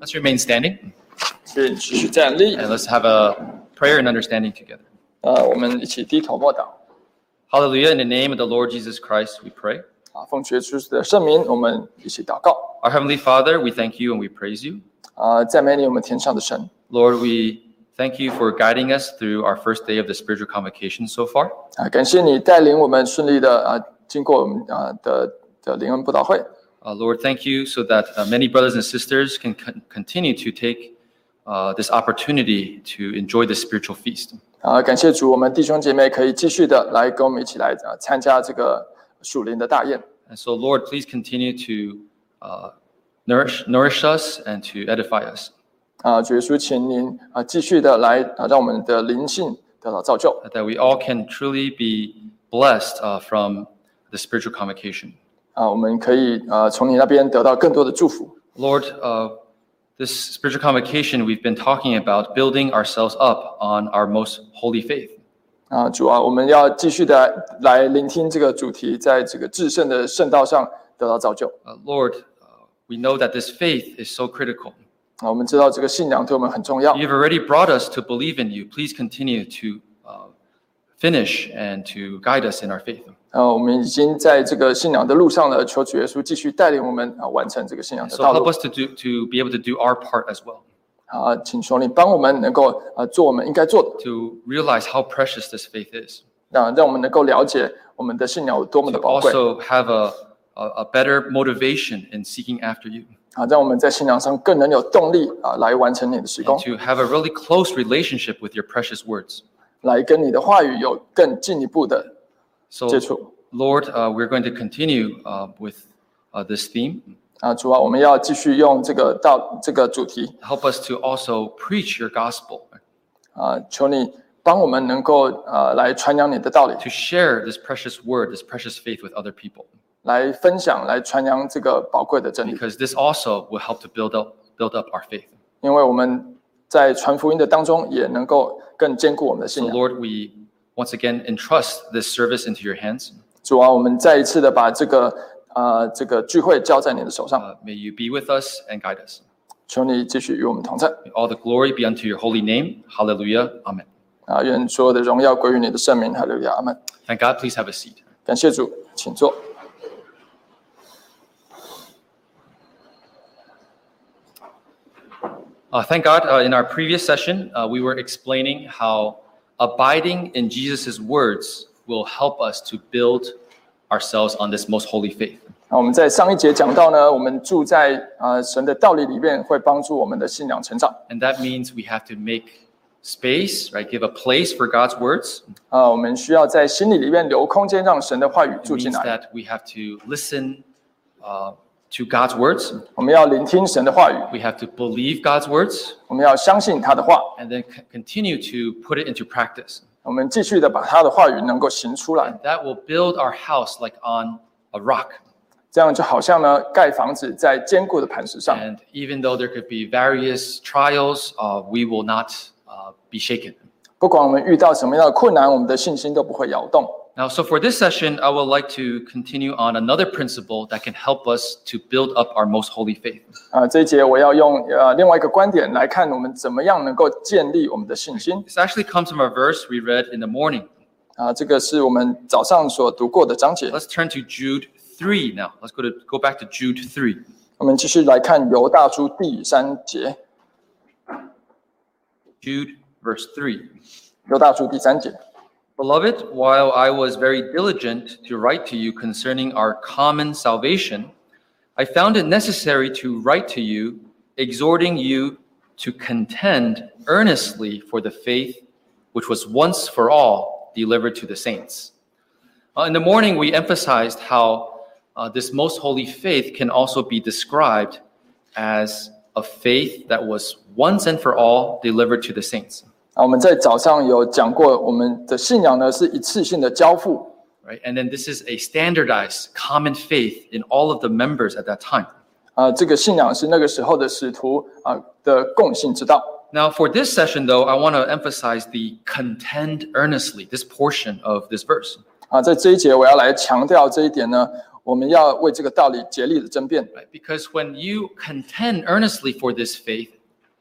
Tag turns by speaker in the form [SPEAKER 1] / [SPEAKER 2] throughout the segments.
[SPEAKER 1] Let's remain standing
[SPEAKER 2] 是持续站立。
[SPEAKER 1] and let's have a prayer and understanding together.
[SPEAKER 2] 呃，我们一起低头默祷
[SPEAKER 1] Hallelujah. In the name of the Lord Jesus Christ, we pray.
[SPEAKER 2] 啊，奉主耶稣的圣名，我们一起祷告
[SPEAKER 1] Our Heavenly Father, we thank you and we praise you.
[SPEAKER 2] 啊，赞美你，我们天上的神
[SPEAKER 1] Lord, we thank you for guiding us through our first day of the spiritual convocation so far.
[SPEAKER 2] 啊，感谢你带领我们顺利的啊，经过我们啊的的灵恩布道会
[SPEAKER 1] Uh, Lord, thank you so that uh, many brothers and sisters can con- continue to take uh, this opportunity to enjoy this spiritual feast.
[SPEAKER 2] 啊，感谢主，我们弟兄姐妹可以继续的来跟我们一起来啊参加这个属灵的大宴
[SPEAKER 1] And so, Lord, please continue to uh, nourish, nourish us and to edify us,
[SPEAKER 2] 啊，主耶稣，请您啊继续的来啊让我们的灵性得到造就
[SPEAKER 1] that we all can truly be blessed uh, from the spiritual convocation.
[SPEAKER 2] 啊，我们可以啊从你那边得到更多的祝福
[SPEAKER 1] Lord, uh, this spiritual convocation we've been talking about building ourselves up on our most holy faith.
[SPEAKER 2] 啊，主啊，我们要继续的来聆听这个主题，在这个至圣的圣道上得到造就
[SPEAKER 1] Uh, Lord, uh, we know that this faith is so critical.
[SPEAKER 2] 啊。我们知道这个信仰对我们很重要
[SPEAKER 1] You've already brought us to believe in you. Please continue to uh, finish and to guide us in our faith.
[SPEAKER 2] 啊，我们已经在这个信仰的路上了，求主耶稣继续带领我们啊，完成这个信仰的
[SPEAKER 1] So
[SPEAKER 2] 道
[SPEAKER 1] help
[SPEAKER 2] 路
[SPEAKER 1] us to do to be able to do our part as well,
[SPEAKER 2] 啊。请求你帮我们能够啊做我们应该做的，
[SPEAKER 1] to realize how precious this faith is,
[SPEAKER 2] 让让我们能够了解我们的信仰有多么的
[SPEAKER 1] to
[SPEAKER 2] 宝贵
[SPEAKER 1] also have a, a, a better motivation in seeking after you,
[SPEAKER 2] 啊，让我们在信仰上更能有动力啊，来完成你的施
[SPEAKER 1] and
[SPEAKER 2] 工，
[SPEAKER 1] to have a really close relationship with your precious words.
[SPEAKER 2] 来跟你的话语有更进一步的接
[SPEAKER 1] So,
[SPEAKER 2] 触
[SPEAKER 1] Lord, uh, we're going to continue uh, with uh, this theme.
[SPEAKER 2] 啊。主啊，我们要继续用这个道这个主题
[SPEAKER 1] Help us to also preach your gospel,
[SPEAKER 2] 啊，求你帮我们能够呃来传扬你的道理，
[SPEAKER 1] to share this precious word, this precious faith with other people,
[SPEAKER 2] 来分享，来传扬这个宝贵的真理。
[SPEAKER 1] because this also will help to build up build up our faith.
[SPEAKER 2] 因为我们在传福音的当中，也能够更坚固我们的
[SPEAKER 1] So,
[SPEAKER 2] 信仰。
[SPEAKER 1] Lord, we once again entrust this service into your hands.
[SPEAKER 2] 主啊，我们再一次的把这个呃这个聚会交在你的手上，
[SPEAKER 1] Uh, may you be with us and guide us.
[SPEAKER 2] 求你继续与我们同在
[SPEAKER 1] May all the glory be unto your holy name. Hallelujah. Amen.
[SPEAKER 2] 啊！愿所有的荣耀归于你的圣名，哈利路亚，阿门。
[SPEAKER 1] Thank God. Please have a seat.
[SPEAKER 2] 感谢主，请坐。
[SPEAKER 1] Uh, thank God. Uh, in our previous session, uh, we were explaining how abiding in Jesus' words will help us to build ourselves on this most holy faith.
[SPEAKER 2] 啊，我们在上一节讲到呢，我们住在啊、呃神的道理里面，会帮助我们的信仰成长。
[SPEAKER 1] And that means we have to make space, right? Give a place for God's words.
[SPEAKER 2] 啊、我们需要在心里里面留空间，让神的话语
[SPEAKER 1] It
[SPEAKER 2] 住进
[SPEAKER 1] means
[SPEAKER 2] 来。
[SPEAKER 1] that we have to listen uh, to God's words.
[SPEAKER 2] 我们要聆听神的话语，
[SPEAKER 1] We have to believe God's words
[SPEAKER 2] 我们要相信他的话，
[SPEAKER 1] and then c- continue to put it into practice.
[SPEAKER 2] 我们继续的把他的话语能够行出来。
[SPEAKER 1] That will build our house like on a rock.
[SPEAKER 2] 这样就好像呢，盖房子在坚固的磐石上。
[SPEAKER 1] And even though there could be various trials, uh, we will not uh, be shaken.
[SPEAKER 2] 不管我们遇到什么样的困难，我们的信心都不会摇动。
[SPEAKER 1] Now, so for this session, I would like to continue on another principle that can help us to build up our most holy faith.
[SPEAKER 2] 啊、这一节我要用呃另外一个观点来看，我们怎么样能够建立我们的信心。
[SPEAKER 1] This actually comes from a verse we read in the morning.
[SPEAKER 2] 啊、这个是我们早上所读过的章节。
[SPEAKER 1] Let's turn to Jude 3 now. Let's go to go back to Jude 3.
[SPEAKER 2] 我们继续来看犹大书第三节，
[SPEAKER 1] Jude verse 3.
[SPEAKER 2] 犹大书第三节。
[SPEAKER 1] Beloved, while I was very diligent to write to you concerning our common salvation, I found it necessary to write to you, exhorting you to contend earnestly for the faith which was once for all delivered to the saints. Uh, in the morning, we emphasized how uh, this most holy faith can also be described as a faith that was once and for all delivered to the saints.
[SPEAKER 2] 啊，我们在早上有讲过，我们的信仰呢是一次性的交付，
[SPEAKER 1] right? And then this is a standardized common faith in all of the members at that time.
[SPEAKER 2] 啊、这个信仰是那个时候的使徒啊、的共性之道。
[SPEAKER 1] Now, for this session, though, I want to emphasize the contend earnestly, this portion of this verse.
[SPEAKER 2] 啊、在这一节我要来强调这一点呢，我们要为这个道理竭力的争辩。
[SPEAKER 1] right? Because when you contend earnestly for this faith,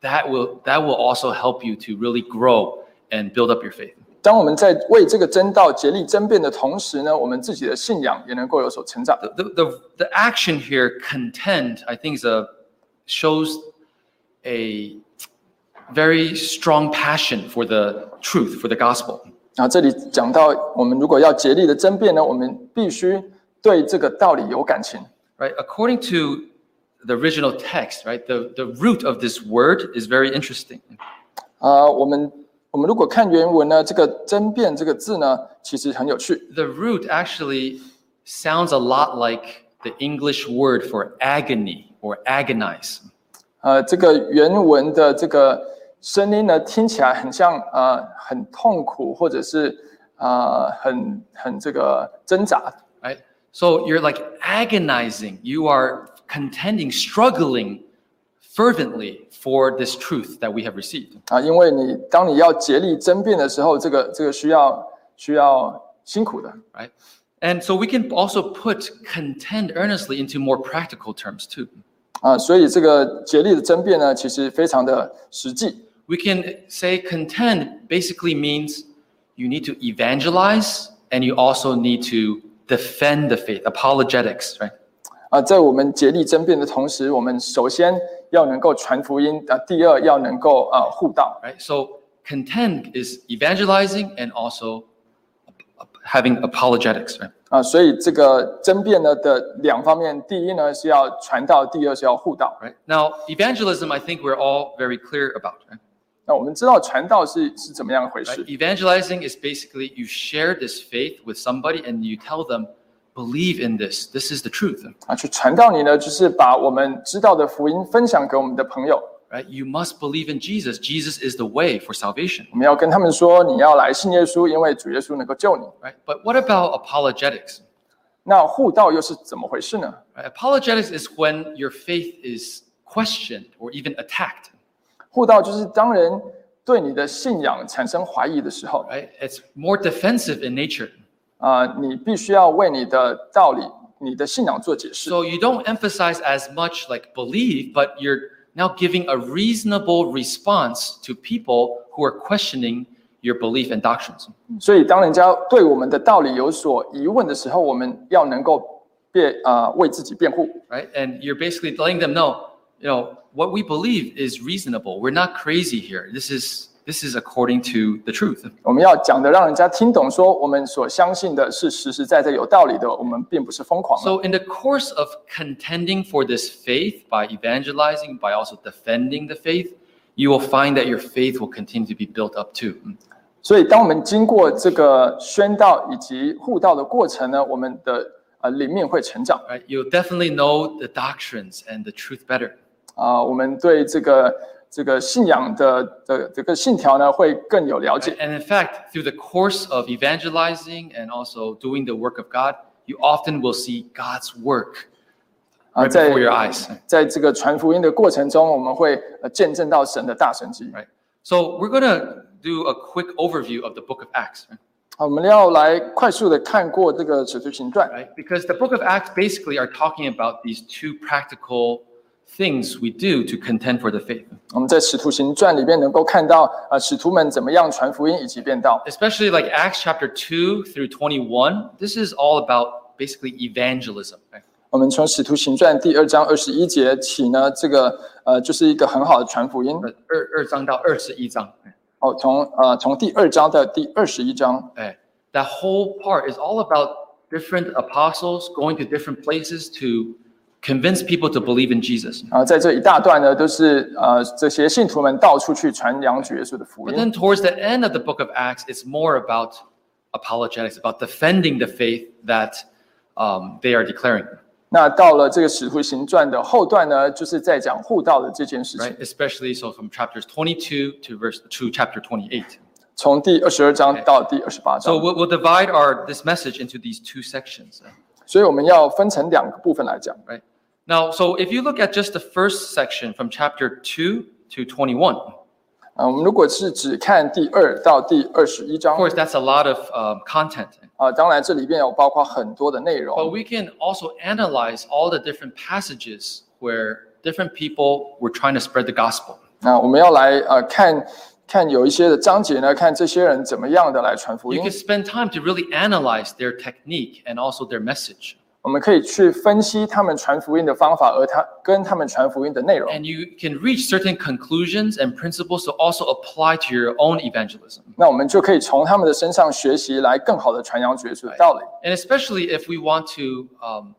[SPEAKER 1] that will that will also help you to really grow and build up your faith.
[SPEAKER 2] 当我们在为这个真道竭力争辩的同时呢，我们自己的信仰也能够有所成长。
[SPEAKER 1] The, the, the action here, contend, I think is a shows a very strong passion for the truth, for the gospel.
[SPEAKER 2] 啊，这里讲到，我们如果要竭力的争辩呢，我们必须对这个道理有感情。
[SPEAKER 1] Right? According to the original text, right, the, the root of this word is very interesting.
[SPEAKER 2] 啊、我们我们如果看原文呢，这个“争辩”这个字呢，其实很有趣。
[SPEAKER 1] The root actually sounds a lot like the English word for agony or agonize.
[SPEAKER 2] 呃，这个原文的这个声音呢，听起来很像呃很痛苦，或者是呃很很这个挣扎。
[SPEAKER 1] right? So you're like agonizing, you are contending, struggling fervently for this truth that we have received.
[SPEAKER 2] 啊，因为你当你要竭力争辩的时候，这个这个需要需要辛苦的。
[SPEAKER 1] right? And so we can also put contend earnestly into more practical terms too.
[SPEAKER 2] 啊、所以这个竭力的争辩呢，其实非常的实际。
[SPEAKER 1] We can say contend basically means you need to evangelize and you also need to defend the faith, apologetics, right?
[SPEAKER 2] 啊、在我们竭力争辩的同时，我们首先要能够传福音啊、第二要能够啊、护道。
[SPEAKER 1] Right? So contend is evangelizing and also having apologetics, right?
[SPEAKER 2] 啊、所以这个争辩呢的两方面，第一呢是要传道，第二是要护道。
[SPEAKER 1] right? Now, evangelism, I think we're all very clear about. Right?
[SPEAKER 2] 那我们知道传道是是怎么样一回
[SPEAKER 1] Right?
[SPEAKER 2] 事
[SPEAKER 1] Evangelizing is basically you share this faith with somebody and you tell them, believe in this. This is the truth.
[SPEAKER 2] 啊？去传道你呢，就是把我们知道的福音分享给我们的朋友。
[SPEAKER 1] Right? You must believe in Jesus. Jesus is the way for salvation.
[SPEAKER 2] 我们要跟他们说，你要来信耶稣，因为主耶稣能够救你。
[SPEAKER 1] Right? But what about apologetics?
[SPEAKER 2] 那护道又是怎么回事呢？
[SPEAKER 1] Right? Apologetics is when your faith is questioned or even attacked.
[SPEAKER 2] 护道就是当人对你的信仰产生怀疑的时候，
[SPEAKER 1] Right? It's more defensive in nature.
[SPEAKER 2] 啊、你必须要为你的道理、你的信仰做解释。
[SPEAKER 1] So you don't emphasize as much like believe, but you're now giving a reasonable response to people who are questioning your belief and doctrines.
[SPEAKER 2] 所以，当人家对我们的道理有所疑问的时候，我们要能够辩啊、为自己辩护
[SPEAKER 1] Right? And you're basically letting them know, you know, what we believe is reasonable. We're not crazy here. This is this is according to the truth.
[SPEAKER 2] 我们要讲的让人家听懂，说我们所相信的是实实在在有道理的，我们并不是疯狂的。
[SPEAKER 1] So in the course of contending for this faith by evangelizing, by also defending the faith, you will find that your faith will continue to be built up too.
[SPEAKER 2] 所以，当我们经过这个宣道以及护道的过程呢，我们的呃灵命会成长
[SPEAKER 1] Right? You'll definitely know the doctrines and the truth better.
[SPEAKER 2] 啊、我们对这个这个信仰的的这个信条呢会更有了解。
[SPEAKER 1] And in fact, through the course of evangelizing and also doing the work of God, you often will see God's work
[SPEAKER 2] 啊，
[SPEAKER 1] right
[SPEAKER 2] 在
[SPEAKER 1] before your eyes.
[SPEAKER 2] 在这个传福音的过程中，我们会呃见证到神的大神迹。
[SPEAKER 1] Right. So we're gonna do a quick overview of the Book of Acts, right?
[SPEAKER 2] 好，我们要来快速的看过这个《使徒行传》
[SPEAKER 1] right? Because the Book of Acts basically are talking about these two practical things we do to contend for the faith.
[SPEAKER 2] 我们在《使徒行传》里边能够看到啊、呃，使徒们怎么样传福音以及变道。
[SPEAKER 1] Especially like Acts chapter two through twenty-one. This is all about basically evangelism. Right?
[SPEAKER 2] 我们从《使徒行传》第二章二十一节起呢，这个呃就是一个很好的传福音。
[SPEAKER 1] 二-二章到二十一章。
[SPEAKER 2] 哦，从呃从第二章到第二十一章，
[SPEAKER 1] Eh, That whole part is all about different apostles going to different places to convince people to believe in Jesus.
[SPEAKER 2] 啊、在这一大段呢，都是呃这些信徒们到处去传扬主耶稣的福
[SPEAKER 1] But
[SPEAKER 2] 音。
[SPEAKER 1] then towards the end of the book of Acts, it's more about apologetics, about defending the faith that um, they are declaring,
[SPEAKER 2] 那到了这个《使徒行传》的后段呢，就是在讲护道的这件事情
[SPEAKER 1] right?。Especially so from chapters 22 to verse to chapter 28.
[SPEAKER 2] 从第二十二章到第二十八
[SPEAKER 1] So
[SPEAKER 2] 章，
[SPEAKER 1] we'll, we'll divide our this message into these two sections, uh,
[SPEAKER 2] 所以我们要分成两个部分来讲。
[SPEAKER 1] right? Now, so if you look at just the first section from chapter 2 to 21,
[SPEAKER 2] 啊、我们如果是只看第二到第二十一章
[SPEAKER 1] Of course, that's a lot of um, content,
[SPEAKER 2] 啊、当然这里边有包括很多的内容
[SPEAKER 1] but。we can also analyze all the different passages where different people were trying to spread the gospel.
[SPEAKER 2] 那、我们要来呃看看有一些的章节呢，看这些人怎么样的来传福
[SPEAKER 1] You
[SPEAKER 2] 音
[SPEAKER 1] can。spend time to really analyze their technique and also their message.
[SPEAKER 2] 我们可以去分析他们传福音的方法，而他跟他们传福音的内容。
[SPEAKER 1] And you can reach certain conclusions and principles to also apply to your own evangelism.
[SPEAKER 2] 那我们就可以从他们的身上学习，来更好的传扬主耶稣的道理。
[SPEAKER 1] And especially if we want to, um,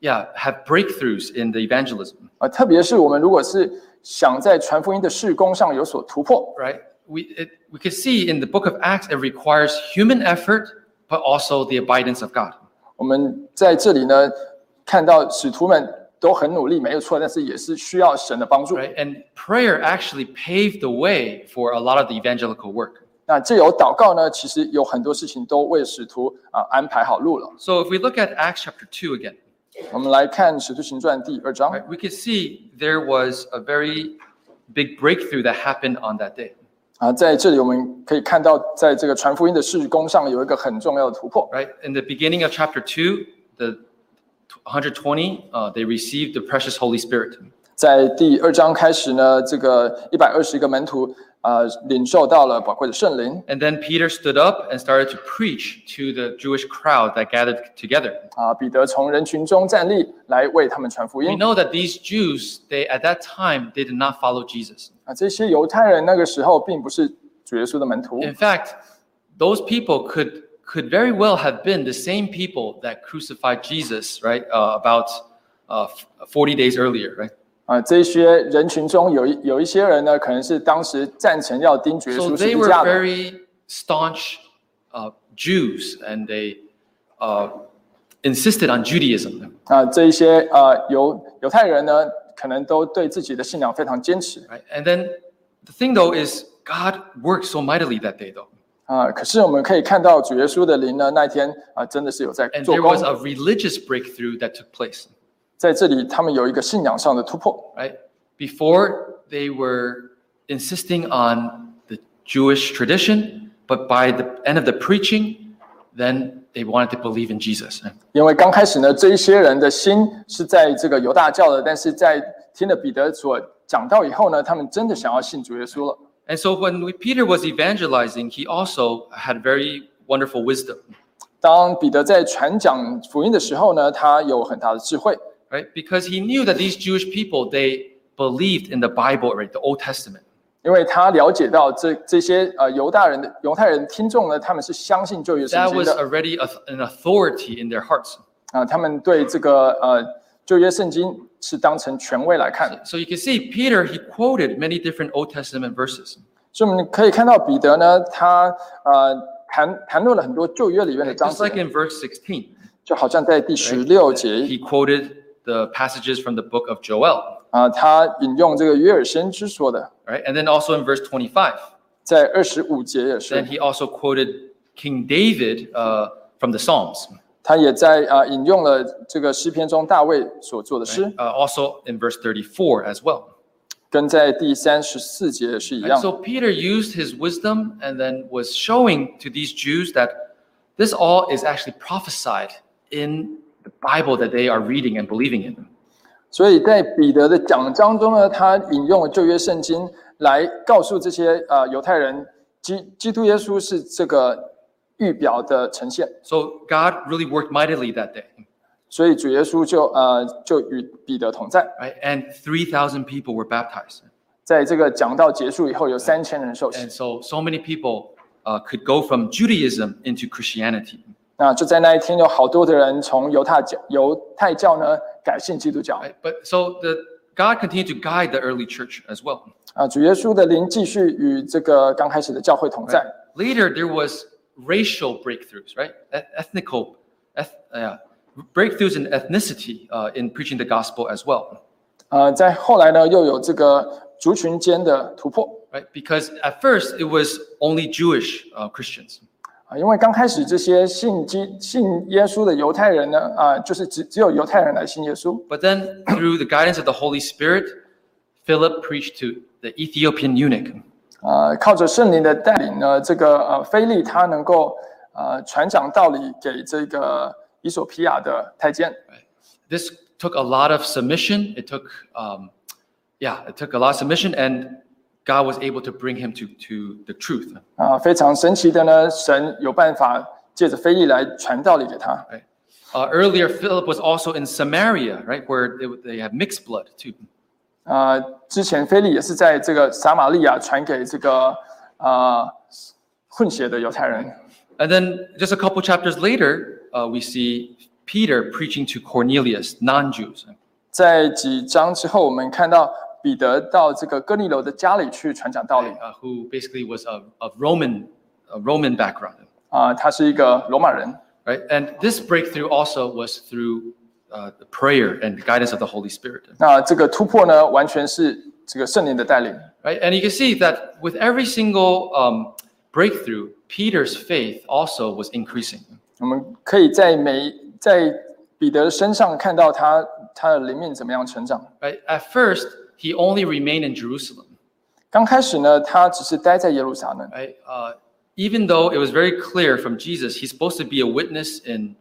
[SPEAKER 1] yeah, have breakthroughs in the evangelism,
[SPEAKER 2] 啊，特别是我们如果是想在传福音的事工上有所突破，
[SPEAKER 1] right? We, it, we can see in the book of Acts, it requires human effort, but also the abidance of God.
[SPEAKER 2] 我们在这里呢看到使徒们都很努力，没有错，但是也是需要神的帮助。
[SPEAKER 1] right? And prayer actually paved the way for a lot of the evangelical work.
[SPEAKER 2] 那借由祷告呢，其实有很多事情都为使徒啊安排好路了。
[SPEAKER 1] So if we look at Acts chapter 2 again,
[SPEAKER 2] 我们来看《使徒行传》第二章，
[SPEAKER 1] right, we can see there was a very big breakthrough that happened on that day,
[SPEAKER 2] 啊，在这里我们可以看到，在这个传福音的事工上有一个很重要的突破。
[SPEAKER 1] right? In the beginning of chapter 2, the 120, uh, they received the precious Holy Spirit.
[SPEAKER 2] 在第二章开始呢，这个一百二十个门徒啊、呃领受到了宝贵的圣灵
[SPEAKER 1] And then Peter stood up and started to preach to the Jewish crowd that gathered together.
[SPEAKER 2] 啊、彼得从人群中站立来为他们传福
[SPEAKER 1] We
[SPEAKER 2] 音
[SPEAKER 1] know that these Jews, they at that time, they did not follow Jesus.
[SPEAKER 2] 啊、这些犹太人那个时候并不是主耶稣的门徒，
[SPEAKER 1] In fact, those people could could very well have been the same people that crucified Jesus, right? Uh, about uh, f- 40 days earlier, right?
[SPEAKER 2] 啊、这些人群中有一有一些人呢，可能是当时赞成要钉主耶
[SPEAKER 1] So
[SPEAKER 2] 稣十
[SPEAKER 1] they
[SPEAKER 2] 字
[SPEAKER 1] were
[SPEAKER 2] 架的，
[SPEAKER 1] very staunch uh, Jews, and they uh, insisted on Judaism,
[SPEAKER 2] 啊、这一些呃犹犹太人呢，可能都对自己的信仰非常坚持
[SPEAKER 1] right? And then the thing though is God worked so mightily that day though,
[SPEAKER 2] 啊、可是我们可以看到主耶稣的灵呢，那一天啊、真的是有在
[SPEAKER 1] and
[SPEAKER 2] 做
[SPEAKER 1] there
[SPEAKER 2] 工
[SPEAKER 1] was，a religious breakthrough that took place.
[SPEAKER 2] 在这里他们有一个信仰上的突破。
[SPEAKER 1] right? Before they were insisting on the Jewish tradition, but by the end of the preaching, then they wanted to believe in Jesus.
[SPEAKER 2] 因为刚开始呢，这一些人的心是在这个犹大教的，但是在听了彼得所讲到以后呢，他们真的想要信主耶稣了。
[SPEAKER 1] And so when we- Peter was evangelizing, he also had very wonderful wisdom,
[SPEAKER 2] 当彼得在传讲福音的时候呢，他有很大的智慧
[SPEAKER 1] right? Because he knew that these Jewish people, they believed in the Bible already, the Old Testament.
[SPEAKER 2] 因为他了解到这这些呃犹大人的犹太人听众呢，他们是相信旧约圣
[SPEAKER 1] That
[SPEAKER 2] 经
[SPEAKER 1] was
[SPEAKER 2] 的
[SPEAKER 1] already a- an authority in their hearts.
[SPEAKER 2] 啊、他们对这个呃旧约圣经是当成权威来看的。
[SPEAKER 1] So you can see Peter, he quoted many different Old Testament verses.
[SPEAKER 2] 所以我们可以看到彼得呢，他呃谈谈论了很多旧约里面的章
[SPEAKER 1] Just
[SPEAKER 2] 节
[SPEAKER 1] like，in verse 16.
[SPEAKER 2] 就好像在第十
[SPEAKER 1] 哎
[SPEAKER 2] 六节
[SPEAKER 1] he quoted the passages from the book of Joel,
[SPEAKER 2] 啊，他引用这个约尔先知说的，
[SPEAKER 1] right? And then also in verse 25,
[SPEAKER 2] 在二十五节也
[SPEAKER 1] then
[SPEAKER 2] 是，
[SPEAKER 1] he also quoted King David uh, from the Psalms,
[SPEAKER 2] 他也在啊引用了这个诗篇中大卫所做的
[SPEAKER 1] uh,
[SPEAKER 2] 诗，
[SPEAKER 1] also in verse 34 as well.
[SPEAKER 2] 跟在第三十四节也是一
[SPEAKER 1] And
[SPEAKER 2] 样
[SPEAKER 1] so。Peter used his wisdom and then was showing to these Jews that this all is actually prophesied in the Bible that they are reading and believing in.
[SPEAKER 2] 所以在彼得的讲章中呢，他引用了旧约圣经来告诉这些啊犹太人，基基督耶稣是这个预表的呈现。
[SPEAKER 1] So God really worked mightily that day,
[SPEAKER 2] 所以主耶稣就呃就与彼得同在，
[SPEAKER 1] right? And 3,000 people were baptized.
[SPEAKER 2] 在这个讲道结束以后，有三千人受洗
[SPEAKER 1] And。so, so many people uh, could go from Judaism into Christianity.
[SPEAKER 2] 那就在那一天，有好多的人从犹太教犹太教呢改信基督教。
[SPEAKER 1] Right? But so the God continued to guide the early church as well.
[SPEAKER 2] 啊，主耶稣的灵继续与这个刚开始的教会同在
[SPEAKER 1] Right?。Later, there was racial breakthroughs, right? E- ethnical eth- yeah, breakthroughs in ethnicity uh, in preaching the gospel as well,
[SPEAKER 2] 呃，在后来呢，又有这个族群间的突破
[SPEAKER 1] right? Because at first it was only Jewish uh, Christians,
[SPEAKER 2] 啊，因为刚开始这些信基信耶稣的犹太人呢，啊，就是只只有犹太人来信耶稣。
[SPEAKER 1] but then through the guidance of the Holy Spirit, Philip preached to the Ethiopian eunuch.
[SPEAKER 2] 呃，靠着圣灵的带领呢，这个呃菲利他能够呃传讲道理给这个伊索皮亚的太监。
[SPEAKER 1] This took a lot of submission. It took, um, yeah, it took a lot of submission, and God was able to bring him to, to the truth.
[SPEAKER 2] 啊、非常神奇的呢，神有办法借着菲利来传道理给他。
[SPEAKER 1] Right? Uh, earlier, Philip was also in Samaria, right, where they, they have mixed blood too.
[SPEAKER 2] 呃，之前菲利也是在这个撒玛利亚传给这个呃混血的犹太人。
[SPEAKER 1] And then just a couple chapters later, uh, we see Peter preaching to Cornelius, non Jews.
[SPEAKER 2] 在几章之后，我们看到彼得到这个哥尼流的家里去传讲道理
[SPEAKER 1] uh, who basically was of, of Roman, a Roman background,
[SPEAKER 2] 啊、他是一个罗马人
[SPEAKER 1] right? And this breakthrough also was through uh, the prayer and the guidance of the Holy Spirit,
[SPEAKER 2] 那这个突破呢，完全是这个圣灵的带领。
[SPEAKER 1] right? And you can see that with every single um, breakthrough, Peter's faith also was increasing.
[SPEAKER 2] 我们可以在每在彼得身上看到他他的灵命怎么样成长。
[SPEAKER 1] Right? At first, he only remained in Jerusalem,
[SPEAKER 2] 刚开始呢，他只是待在耶路撒冷，
[SPEAKER 1] right? Uh, even though it was very clear from Jesus, he's supposed to be a witness in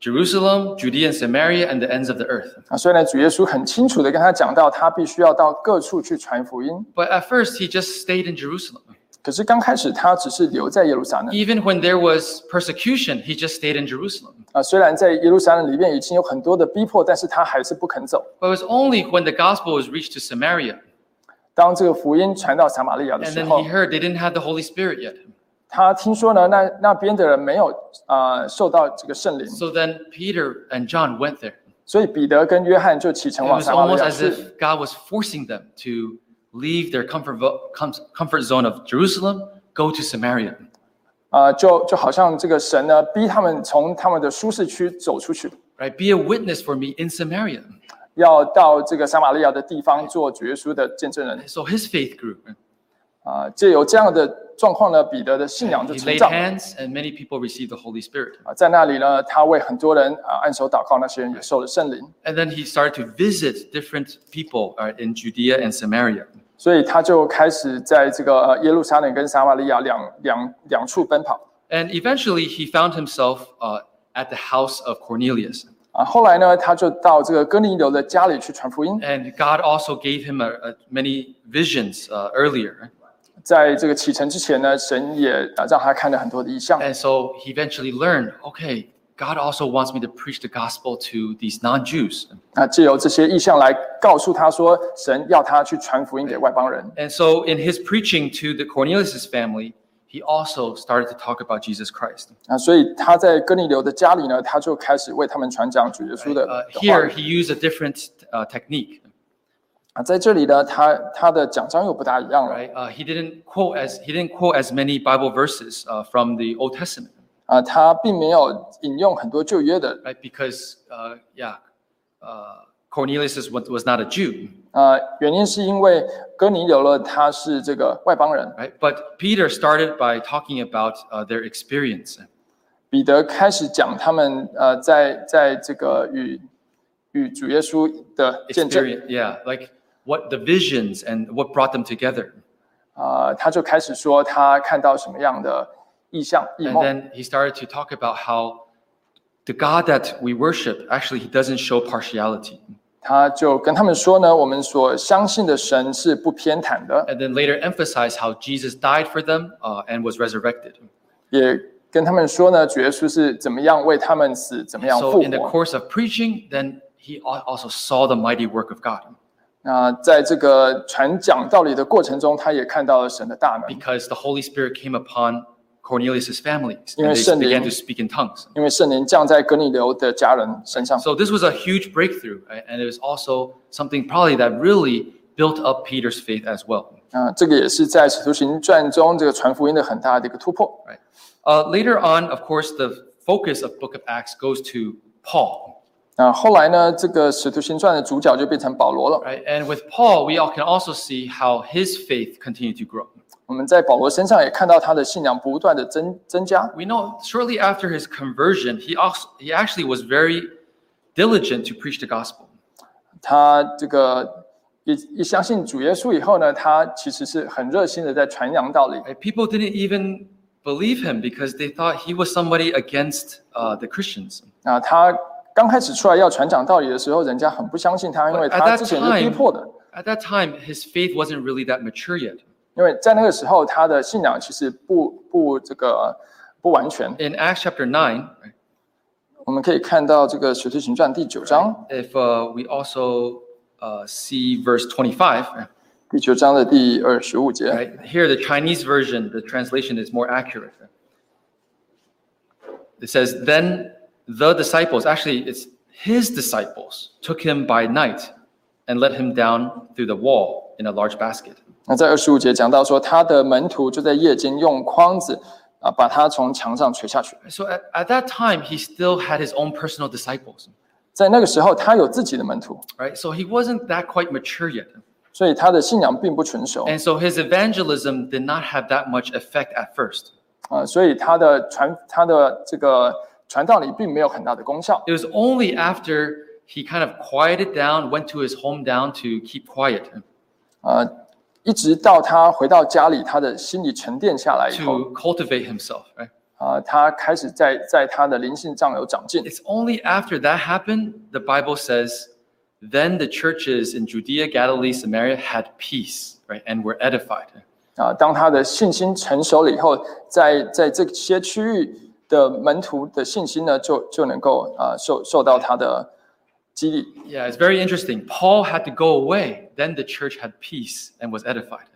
[SPEAKER 1] Jerusalem, Judea, and Samaria, and the ends of the earth.
[SPEAKER 2] 啊，虽然主耶稣很清楚的跟他讲到，他必须要到各处去传福音，
[SPEAKER 1] But at first, he just stayed in Jerusalem.
[SPEAKER 2] 可是刚开始他只是留在耶路撒冷啊、
[SPEAKER 1] even when there was persecution, he just stayed in Jerusalem.
[SPEAKER 2] 啊虽然在耶路撒冷里面已经有很多的逼迫，但是他还是不肯走。
[SPEAKER 1] But it was only when the gospel was reached to Samaria,
[SPEAKER 2] 当这个福音传到撒玛利亚的
[SPEAKER 1] and
[SPEAKER 2] 时
[SPEAKER 1] then
[SPEAKER 2] 候
[SPEAKER 1] he，heard they didn't have the Holy Spirit yet.
[SPEAKER 2] 他听说呢，那那边的人没有啊、呃受到这个圣灵，
[SPEAKER 1] So then Peter and John went there.
[SPEAKER 2] 所以彼得跟约翰就启程
[SPEAKER 1] It
[SPEAKER 2] 往
[SPEAKER 1] was
[SPEAKER 2] 撒玛利
[SPEAKER 1] almost
[SPEAKER 2] 亚
[SPEAKER 1] as
[SPEAKER 2] 去。
[SPEAKER 1] if God was forcing them to leave their comfort, vo- com- comfort zone of Jerusalem, go to Samaria.
[SPEAKER 2] 啊、就就好像这个神呢，逼他们从他们的舒适区走出去，
[SPEAKER 1] Right? Be a witness for me in Samaria.
[SPEAKER 2] 要到这个撒玛利亚的地方做主耶稣的见证人
[SPEAKER 1] So his faith grew.
[SPEAKER 2] 啊、借由这样的状况呢，彼得的信仰就
[SPEAKER 1] He
[SPEAKER 2] 成
[SPEAKER 1] laid
[SPEAKER 2] 长。
[SPEAKER 1] hands, and many people received the Holy Spirit.
[SPEAKER 2] 啊，在那里呢，他为很多人啊按手祷告，那些人也受了圣灵，
[SPEAKER 1] And then he started to visit different people uh, in Judea and Samaria.
[SPEAKER 2] 所以他就开始在这个呃耶路撒冷跟撒玛利亚两两两处奔跑
[SPEAKER 1] And eventually, he found himself uh, at the house of Cornelius.
[SPEAKER 2] 啊。后来呢，他就到这个哥尼流的家里去传福音，
[SPEAKER 1] And God also gave him a, a- many visions uh, earlier.
[SPEAKER 2] 在这个启程之前呢，神也啊让他看了很多的异象
[SPEAKER 1] And so he eventually learned okay, God also wants me to preach the gospel to these non Jews.
[SPEAKER 2] 啊，借由这些意象来告诉他说，神要他去传福音给外邦人
[SPEAKER 1] And so in his preaching to the Cornelius' family, he also started to talk about Jesus Christ.
[SPEAKER 2] 啊，所以他在哥尼流的家里呢，他就开始为他们传讲主耶稣的
[SPEAKER 1] Uh,
[SPEAKER 2] 的话
[SPEAKER 1] here,
[SPEAKER 2] 语
[SPEAKER 1] he used a different uh, technique.
[SPEAKER 2] 啊。在这里呢，他他的讲章又不大一样了。
[SPEAKER 1] Right? Uh, he didn't quote as he didn't quote as many Bible verses uh, from the Old Testament.
[SPEAKER 2] 啊，他并没有引用很多旧约的，
[SPEAKER 1] right? Because, uh, yeah, uh, Cornelius was, was not a Jew,
[SPEAKER 2] 啊，原因是因为哥尼流了他是这个外邦人，
[SPEAKER 1] right? But Peter started by talking about uh, their experience,
[SPEAKER 2] 彼得开始讲他们呃在在这个与与主耶稣的见证，
[SPEAKER 1] experience, yeah, like what the visions and what brought them together.
[SPEAKER 2] 啊，他就开始说他看到什么样的意象异
[SPEAKER 1] And
[SPEAKER 2] 梦，
[SPEAKER 1] then he started to talk about how the God that we worship actually he doesn't show partiality.
[SPEAKER 2] 他就跟他们说呢，我们所相信的神是不偏袒的，
[SPEAKER 1] And then later emphasize how Jesus died for them uh, and was resurrected.
[SPEAKER 2] 也跟他们说呢，主耶稣是怎么样为他们死，怎么样复
[SPEAKER 1] So in the
[SPEAKER 2] 活。
[SPEAKER 1] course of preaching, then he al- also saw the mighty work of God.
[SPEAKER 2] 那在这个传讲道理的过程中，他也看到了神的大能。
[SPEAKER 1] because the Holy Spirit came upon Cornelius's family
[SPEAKER 2] Yeah,
[SPEAKER 1] and they
[SPEAKER 2] send it.
[SPEAKER 1] began to speak in tongues.
[SPEAKER 2] 因为圣灵降在哥尼流的家人身上，
[SPEAKER 1] So this was a huge breakthrough, right? and it was also something probably that really built up Peter's faith as well.
[SPEAKER 2] 啊、这个也是在《使徒行传》中这个传福音的很大的一个突破。
[SPEAKER 1] Right? Uh, later on, of course, the focus of Book of Acts goes to Paul,
[SPEAKER 2] 那、后来呢，这个《使徒行传》的主角就变成保罗了。
[SPEAKER 1] right? And with Paul, we all can also see how his faith continued to grow.
[SPEAKER 2] 我们在保罗身上也看到他的信仰不断的增增加。
[SPEAKER 1] We know shortly after his conversion, he also he actually was very diligent to preach the gospel.
[SPEAKER 2] 他这个一一相信主耶稣以后呢，他其实是很热心的在传扬道理。
[SPEAKER 1] And people didn't even believe him because they thought he was somebody against uh, the Christians.
[SPEAKER 2] 啊，他刚开始出来要传讲道理的时候，人家很不相信他，因为
[SPEAKER 1] But at
[SPEAKER 2] 他
[SPEAKER 1] that
[SPEAKER 2] 之前是逼迫的，
[SPEAKER 1] At that time, his faith wasn't really that mature yet.
[SPEAKER 2] 因为在那个时候他的信仰其实不不这个不完全。
[SPEAKER 1] In Acts chapter 9, right,
[SPEAKER 2] 我们可以看到这个《使徒行传》第九章，
[SPEAKER 1] if uh, we also uh, see verse 25,
[SPEAKER 2] 第九章的第二十五节。
[SPEAKER 1] right, here the Chinese version, the translation is more accurate. It says, Then the disciples, actually, it's his disciples, took him by night and let him down through the wall in a large basket.
[SPEAKER 2] 那在二十五节讲到说，他的门徒就在夜间用筐子啊把他从墙上垂下去。
[SPEAKER 1] So at, at that time, he still had his own personal disciples,
[SPEAKER 2] 在那个时候，他有自己的门徒，
[SPEAKER 1] right? So he wasn't that quite mature yet.
[SPEAKER 2] 所以他的信仰并不纯熟
[SPEAKER 1] And so his evangelism did not have that much effect at first.
[SPEAKER 2] 啊、所以他的传他的这个传道理并没有很大的功效。
[SPEAKER 1] It was only after he kind of quieted down, went to his hometown to keep quiet,
[SPEAKER 2] 呃，一直到他回到家里，他的心里沉淀下来以后，
[SPEAKER 1] to cultivate himself, right?
[SPEAKER 2] 啊、他开始在在他的灵性上有长进。
[SPEAKER 1] It's only after that happened, the Bible says, then the churches in Judea, Galilee, Samaria had peace, right? And were edified.
[SPEAKER 2] 啊，当他的信心成熟了以后，在在这些区域的门徒的信心呢，就就能够啊、呃受受到他的激励。
[SPEAKER 1] Yeah, it's very interesting. Paul had to go away, then the church had peace and was edified.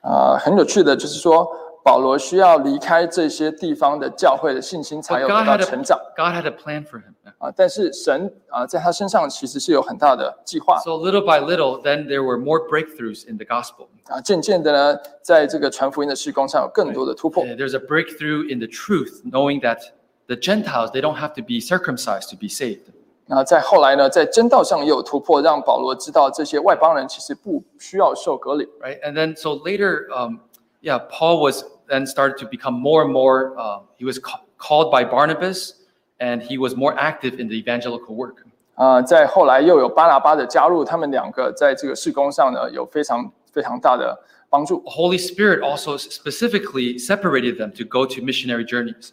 [SPEAKER 2] 啊、很有趣的就是说，保罗需要离开这些地方的教会的信心才
[SPEAKER 1] But
[SPEAKER 2] 有得
[SPEAKER 1] God
[SPEAKER 2] 到
[SPEAKER 1] had
[SPEAKER 2] 成
[SPEAKER 1] a,
[SPEAKER 2] 长
[SPEAKER 1] God had a plan for him.
[SPEAKER 2] 啊、但是神啊、在他身上其实是有很大的计划
[SPEAKER 1] So little by little, then there were more breakthroughs in the gospel.
[SPEAKER 2] 啊、渐渐的呢，在这个传福音的施工上有更多的突破
[SPEAKER 1] Uh, There's a breakthrough in the truth, knowing that the Gentiles, they don't have to be circumcised to be saved.
[SPEAKER 2] 那在后来呢，在真道上也有突破，让保罗知道这些外邦人其实不需要受隔离。
[SPEAKER 1] right? And then so later, um, yeah, Paul was then started to become more and more. Uh, he was ca- called by Barnabas, and he was more active in the evangelical work.
[SPEAKER 2] 啊、在后来又有巴拿巴的加入，他们两个在这个事工上呢有非常非常大的帮助
[SPEAKER 1] The Holy Spirit also specifically separated them to go to missionary journeys.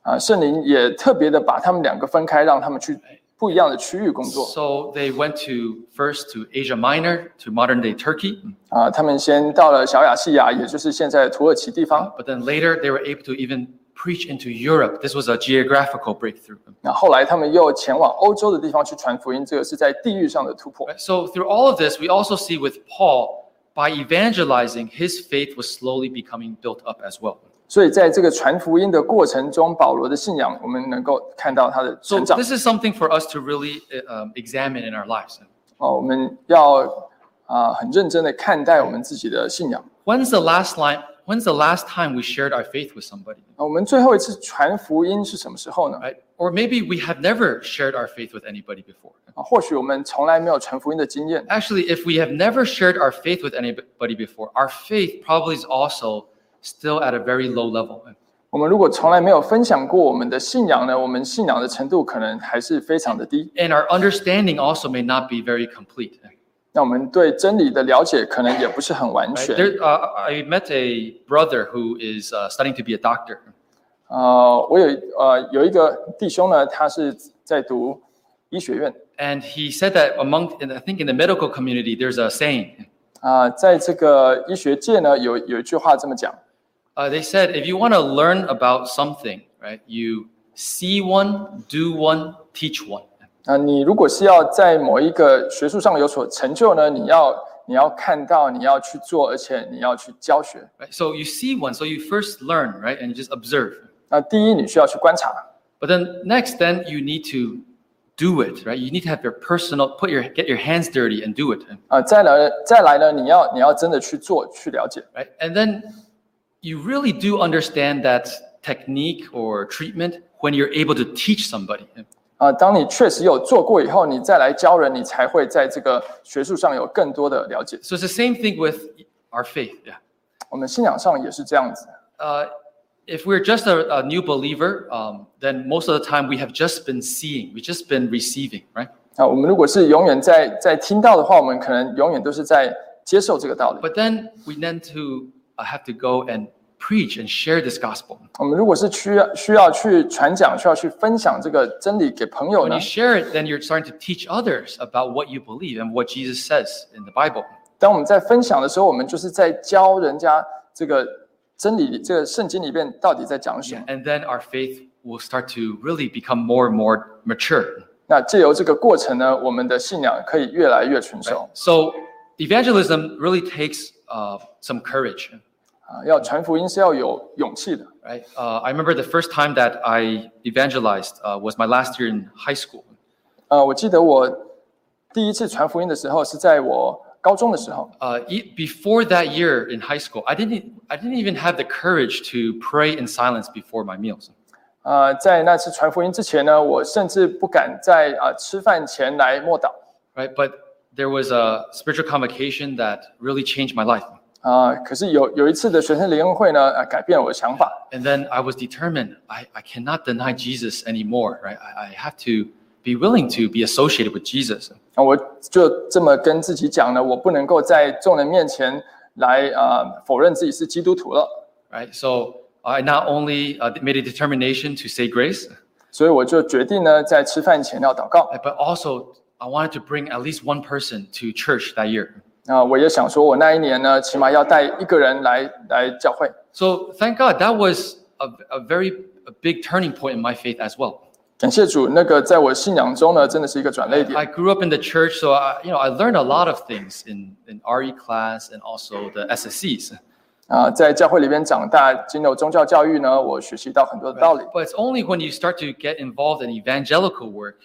[SPEAKER 2] 啊、圣灵也特别的把他们两个分开，让他们去不一样的区域工作
[SPEAKER 1] So they went to first to Asia Minor to modern day Turkey,
[SPEAKER 2] 啊、他们先到了小亚细亚，也就是现在的土耳其地方，
[SPEAKER 1] but then later they were able to even preach into Europe. This was a geographical breakthrough.
[SPEAKER 2] 那后来他们又前往欧洲的地方去传福音，这个是在地域上的突破。
[SPEAKER 1] Right? So through all of this, we also see with Paul, by evangelizing, his faith was slowly becoming built up as well.
[SPEAKER 2] 所以在这个传福音的过程中，保罗的信仰我们能够看到他的
[SPEAKER 1] So
[SPEAKER 2] 成长
[SPEAKER 1] this is something for us to really uh, um, examine in our lives.
[SPEAKER 2] 哦，我们要啊、很认真的看待我们自己的信仰。
[SPEAKER 1] When's the last line? When's the last time we shared our faith with somebody?
[SPEAKER 2] 啊我们最后一次传福音是什么时候呢？
[SPEAKER 1] Right? Or maybe we have never shared our faith with anybody before.
[SPEAKER 2] 啊，或许我们从来没有传福音的经验
[SPEAKER 1] Actually, if we have never shared our faith with anybody before, our faith probably is also still at a very low level.
[SPEAKER 2] 我们如果从来没有分享过我们的信仰呢，我们信仰的程度可能还是非常的低。
[SPEAKER 1] And our understanding also may not be very complete.
[SPEAKER 2] 那我们对真理的了解可能也不是很完
[SPEAKER 1] Right?
[SPEAKER 2] 全。
[SPEAKER 1] There, uh, I met a brother who is uh, studying to be a doctor,
[SPEAKER 2] 呃，我有呃有一个弟兄呢，他是在读医学院
[SPEAKER 1] and he said that among, and I think in the medical community, there's a saying.
[SPEAKER 2] 啊、在这个医学界呢，有有一句话这么讲
[SPEAKER 1] Uh, they said if you want to learn about something, right, you see one, do one, teach one.
[SPEAKER 2] 啊、你如果是要在某一个学术上有所成就呢，你要你要看到，你要去做，而且你要去教学。
[SPEAKER 1] Right? So you see one, so you first learn, right, and you just observe.
[SPEAKER 2] 那第一，你需要去观察。
[SPEAKER 1] But then next, then you need to do it, right? You need to have your personal, put your get your hands dirty and do it,
[SPEAKER 2] 啊，再来再来呢，你要你要真的去做去了解
[SPEAKER 1] right? And then you really do understand that technique or treatment when you're able to teach somebody.
[SPEAKER 2] 啊。当你确实有做过以后，你再来教人，你才会在这个学术上有更多的了解。
[SPEAKER 1] So it's the same thing with our faith. Yeah.
[SPEAKER 2] 我们信仰上也是这样子。
[SPEAKER 1] uh, if we're just a, a new believer, um, then most of the time we have just been seeing, we've just been receiving, right?
[SPEAKER 2] 啊，我们如果是永远在在听到的话，我们可能永远都是在接受这个道理。
[SPEAKER 1] But then we tend to uh, have to go and preach and share this gospel.
[SPEAKER 2] 我们如果是需要需要去传讲，需要去分享这个真理给朋友
[SPEAKER 1] When
[SPEAKER 2] 呢
[SPEAKER 1] you，share it, then you're starting to teach others about what you believe and what Jesus says in the Bible.
[SPEAKER 2] 当我们在分享的时候，我们就是在教人家这个真理，这个圣经里面到底在讲什么。
[SPEAKER 1] And then our faith will start to really become more and more mature.
[SPEAKER 2] 那借由这个过程呢，我们的信仰可以越来越纯熟
[SPEAKER 1] So evangelism really takes uh, some courage.
[SPEAKER 2] 啊。要传福音是要有勇气的。
[SPEAKER 1] Right? Uh, I remember the first time that I evangelized uh, was my last year in high school.
[SPEAKER 2] 呃，我记得我第一次传福音的时候是在我高中的时候。
[SPEAKER 1] Uh, e- before that year in high school, I didn't, e, I didn't even have the courage to pray in silence before my meals.
[SPEAKER 2] 呃，在那次传福音之前呢，我甚至不敢在啊、呃吃饭前来默祷
[SPEAKER 1] Right? But there was a spiritual convocation that really changed my life.
[SPEAKER 2] 啊、呃可是有有一次的学生联欢会呢，呃，改变了我的想法
[SPEAKER 1] And then I was determined, I, I cannot deny Jesus anymore. Right? I, I have to be willing to be associated with Jesus.
[SPEAKER 2] 啊、我就这么跟自己讲呢，我不能够在众人面前来啊、呃否认自己是基督徒了，
[SPEAKER 1] Right? So I not only uh, made a determination to say grace,
[SPEAKER 2] 所以我就决定呢，在吃饭前要祷告啊、
[SPEAKER 1] but also I wanted to bring at least one person to church that year.
[SPEAKER 2] 我也想说，我那一年呢，起码要带一个人来来教会。
[SPEAKER 1] So thank God that was a, a very a big turning point in my faith as well.
[SPEAKER 2] 感谢主，那个在我信仰中呢，真的是一个转捩点
[SPEAKER 1] I。grew up in the church, so I, you know I learned a lot of things in, in RE class and also the SSCs.
[SPEAKER 2] 啊、在教会里边长大，经由宗教教育呢，我学习到很多的道理。
[SPEAKER 1] But it's only when you start to get involved in evangelical work,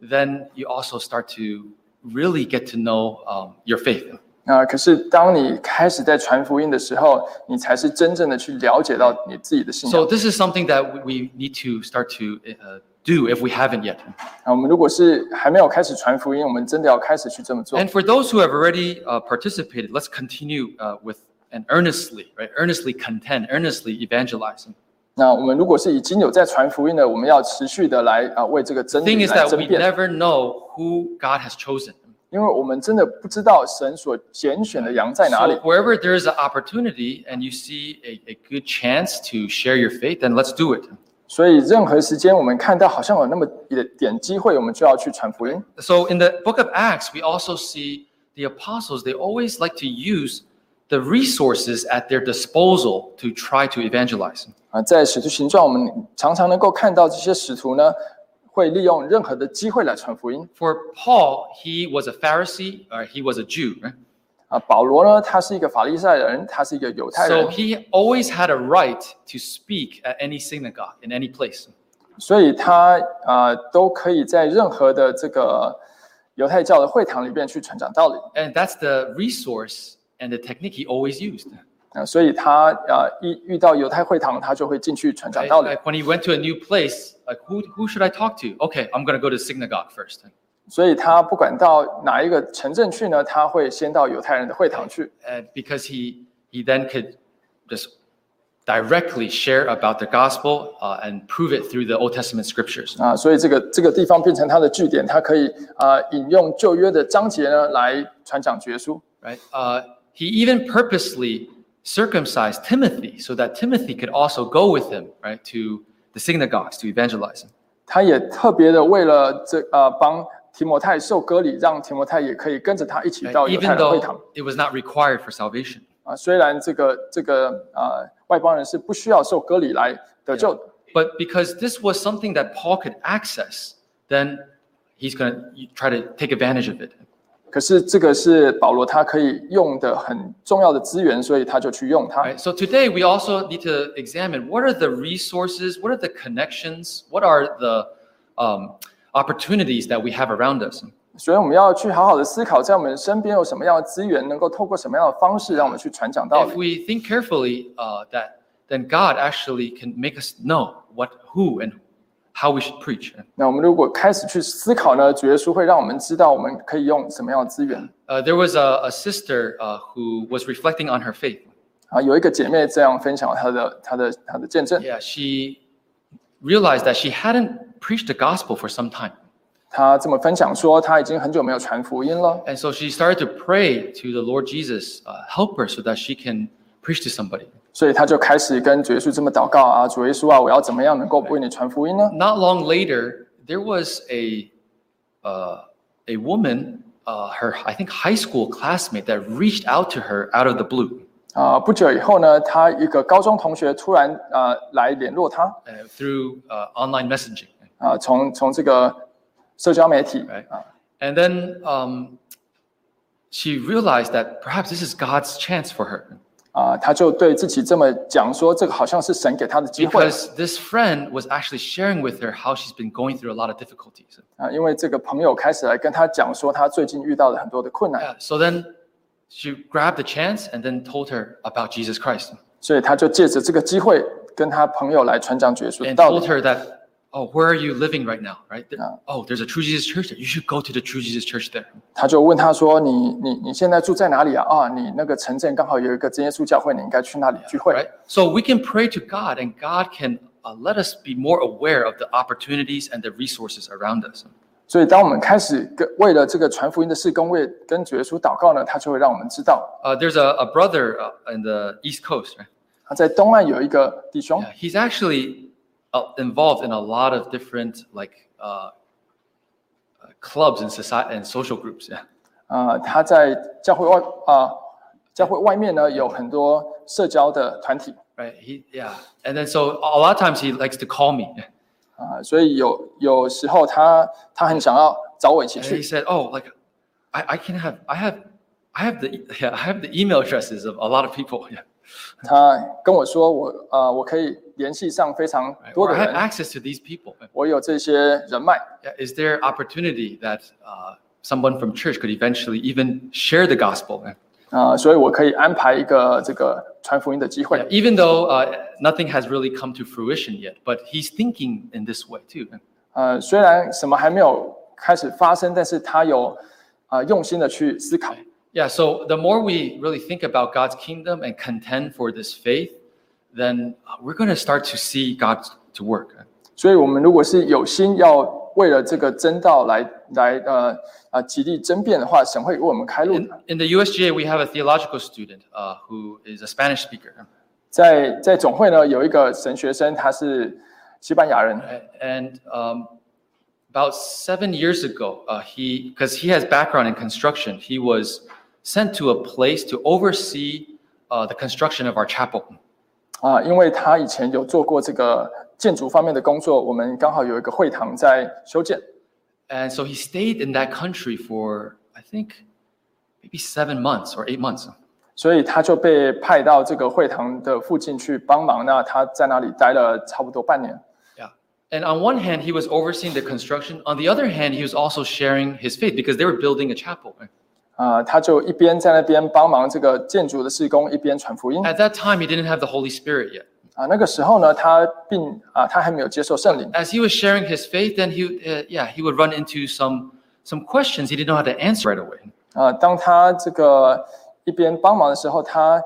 [SPEAKER 1] then you also start to really get to know um, your faith.
[SPEAKER 2] 啊、可是当你开始在传福音的时候，你才是真正的去了解到你自己的信仰。
[SPEAKER 1] So this is something that we- we need to start to uh, do if we haven't yet.
[SPEAKER 2] 啊，我们如果是还没有开始传福音，我们真的要开始去这么做。
[SPEAKER 1] And for those who have already uh, participated, let's continue uh, with and earnestly, right? Earnestly contend, earnestly evangelizing.
[SPEAKER 2] 那我们如果是已经有在传福音的，我们要持续的来啊、为这个真
[SPEAKER 1] Thing
[SPEAKER 2] 理
[SPEAKER 1] is
[SPEAKER 2] 来
[SPEAKER 1] that
[SPEAKER 2] 争
[SPEAKER 1] we
[SPEAKER 2] 辩，
[SPEAKER 1] never know who God has chosen.
[SPEAKER 2] 因为我们真的不知道神所拣选的羊在哪里
[SPEAKER 1] So。wherever there is an opportunity and you see a, a good chance to share your faith, then let's do it.
[SPEAKER 2] 所以任何时间我们看到好像有那么一点点机会，我们就要去传福音。
[SPEAKER 1] So in the book of Acts, we also see the apostles, they always like to use the resources at their disposal to try to evangelize.
[SPEAKER 2] 啊，在使徒行传，我们常常能够看到这些使徒呢，会利用任何的机会来传福音。
[SPEAKER 1] For Paul, he was a Pharisee, or he was a Jew, right?
[SPEAKER 2] 啊，保罗呢，他是一个法利赛人，他是一个犹太
[SPEAKER 1] So
[SPEAKER 2] 人，
[SPEAKER 1] he always had a right to speak at any synagogue in any place.
[SPEAKER 2] 所以他啊、呃都可以在任何的这个犹太教的会堂里边去传讲道理
[SPEAKER 1] And that's the resource and the technique he always used.
[SPEAKER 2] 啊、所以他啊、呃一遇到犹太会堂，他就会进去传讲
[SPEAKER 1] Right?
[SPEAKER 2] 道理。
[SPEAKER 1] Like when he went to a new place, like who, who should I talk to? Okay, I'm going to go to synagogue first.
[SPEAKER 2] 所以他不管到哪一个城镇去呢，他会先到犹太人的会堂去
[SPEAKER 1] And uh, because he he then could just directly share about the gospel uh, and prove it through the Old Testament scriptures.
[SPEAKER 2] 啊、所以这个这个地方变成他的据点，他可以啊、呃引用旧约的章节呢来传讲绝书。
[SPEAKER 1] Right? Uh, he even purposely circumcised Timothy so that Timothy could also go with him, right, to the synagogues to evangelize him.
[SPEAKER 2] 他也特别的为了这呃帮提摩太受割礼，让提摩太也可以跟着他一起
[SPEAKER 1] right?
[SPEAKER 2] 到犹太
[SPEAKER 1] Even
[SPEAKER 2] 人会堂
[SPEAKER 1] though it was not required for salvation.
[SPEAKER 2] 啊。虽然这个这个呃外邦人是不需要受割礼来得救的
[SPEAKER 1] But because this was something that Paul could access, then he's going to try to take advantage of it.
[SPEAKER 2] 可是这个是保罗他可以用的很重要的资源，所以他就去用它。
[SPEAKER 1] Right? So today we also need to examine what are the resources, what are the connections, what are the um, opportunities that we have around us.
[SPEAKER 2] 所以我们要去好好的思考，在我们身边有什么样的资源，能够透过什么样的方式让我们去传讲道
[SPEAKER 1] If
[SPEAKER 2] 理。
[SPEAKER 1] we think carefully uh, that then God actually can make us know what who and how we should preach.
[SPEAKER 2] 那我们如果开始去思考呢，主耶稣会让我们知道我们可以用什么样的资源
[SPEAKER 1] Uh, there was a, a sister uh, who was reflecting on her faith.
[SPEAKER 2] 啊。有一个姐妹这样分享她的她的她的见证。
[SPEAKER 1] Yeah, she realized that she hadn't preached the gospel for some time.
[SPEAKER 2] 她这么分享说，她已经很久没有传福音了，
[SPEAKER 1] And so she started to pray to the Lord Jesus, uh, help her so that she can preach to somebody.
[SPEAKER 2] 所以她就开始跟主耶稣这么祷告啊，主耶稣啊，我要怎么样能够为你传福音呢？
[SPEAKER 1] Not long later, there was a uh, a woman, uh, her I think high school classmate, that reached out to her out of the blue
[SPEAKER 2] 啊、不久以后呢，她一个高中同学突然呃来联络她，
[SPEAKER 1] uh, through uh, online messaging,
[SPEAKER 2] 啊、从从这个社交媒体
[SPEAKER 1] right? And then um, she realized that perhaps this is God's chance for her
[SPEAKER 2] 啊、她就对自己这么讲说，这个好像是神给她的机会
[SPEAKER 1] because this friend was actually sharing with her how she's been going through a lot of difficulties.
[SPEAKER 2] 啊、因为这个朋友开始来跟她讲说，她最近遇到了很多的困难，
[SPEAKER 1] Yeah, Uh, so then she grabbed the chance and then told her about Jesus Christ
[SPEAKER 2] 所以她就借着这个机会跟她朋友来传讲主耶稣的
[SPEAKER 1] and
[SPEAKER 2] 道理
[SPEAKER 1] told。her that, oh, where are you living right now? Right? There- oh, there's a True Jesus Church there. You should go to the True Jesus Church there.
[SPEAKER 2] 他就问他说：“你你你现在住在哪里啊？啊，你那个城镇刚好有一个真耶稣教会，你应该去那里聚会。
[SPEAKER 1] Right? So we can pray to God and God can uh, let us be more aware of the opportunities and the resources around us.
[SPEAKER 2] 所以，当我们开始跟为了这个传福音的事工为跟主耶稣祷告呢，他就会让我们知道
[SPEAKER 1] Uh, there's a, a brother uh, in the East Coast. Right?
[SPEAKER 2] 他在东岸有一个弟兄
[SPEAKER 1] Yeah, he's actually uh, involved in a lot of different like uh, uh, clubs and society and social groups. Yeah.
[SPEAKER 2] 啊、呃他在教会外啊、教会外面呢有很多社交的团体
[SPEAKER 1] Right. He yeah. And then so a lot of times he likes to call me.
[SPEAKER 2] 啊、所以有有时候他他很想要找我一起
[SPEAKER 1] And he
[SPEAKER 2] 去
[SPEAKER 1] said, Oh, like I, I can have I have I have the yeah, I have the email addresses of a lot of people. Yeah.
[SPEAKER 2] 他跟我说我呃我可以联系上非常
[SPEAKER 1] Right.
[SPEAKER 2] 多
[SPEAKER 1] Or
[SPEAKER 2] 的
[SPEAKER 1] I have
[SPEAKER 2] 人，
[SPEAKER 1] access to these people.
[SPEAKER 2] 我有这些人脉。”
[SPEAKER 1] Yeah, Is there opportunity that uh, someone from church could eventually even share the gospel? Yeah.
[SPEAKER 2] 啊、所以我可以安排一个这个传福音的机会
[SPEAKER 1] Yeah, Even though uh, nothing has really come to fruition yet, but he's thinking in this way too.
[SPEAKER 2] 呃，虽然什么还没有开始发生，但是他有呃用心的去思考。
[SPEAKER 1] Yeah, so the more we really think about God's kingdom and contend for this faith, then uh, we're going to start to see God to work.
[SPEAKER 2] 所以，我们如果是有心要为了这个真道来来呃啊极力争辩的话，神会为我们开路
[SPEAKER 1] In,
[SPEAKER 2] 的。
[SPEAKER 1] in the USGA, we have a theological student uh, who is a Spanish speaker.
[SPEAKER 2] 在在总会呢，有一个神学生，他是西班牙人。
[SPEAKER 1] And um, about seven years ago, uh, he, because he has background in construction, he was sent to a place to oversee uh, the construction of our chapel.
[SPEAKER 2] 啊、因为他以前有做过这个建筑方面的工作，我们刚好有一个会堂在修建，
[SPEAKER 1] And so he stayed in that country for, I think, maybe seven months or eight months.
[SPEAKER 2] 所以他就被派到这个会堂的附近去帮忙。那他在那里待了差不多半年。
[SPEAKER 1] Yeah. And on one hand, he was overseeing the construction. On the other hand, he was also sharing his faith because they were building a chapel.
[SPEAKER 2] 啊、他就一边在那边帮忙这个建筑的施工，一边传福音。啊、啊
[SPEAKER 1] At that time, he didn't have the Holy Spirit yet.
[SPEAKER 2] 那个时候呢，他并啊、他还没有接受圣灵。
[SPEAKER 1] As he was sharing his faith, then he, uh, yeah, he would run into some some questions he didn't know how to answer right away.
[SPEAKER 2] 啊、当他这个一边帮忙的时候，他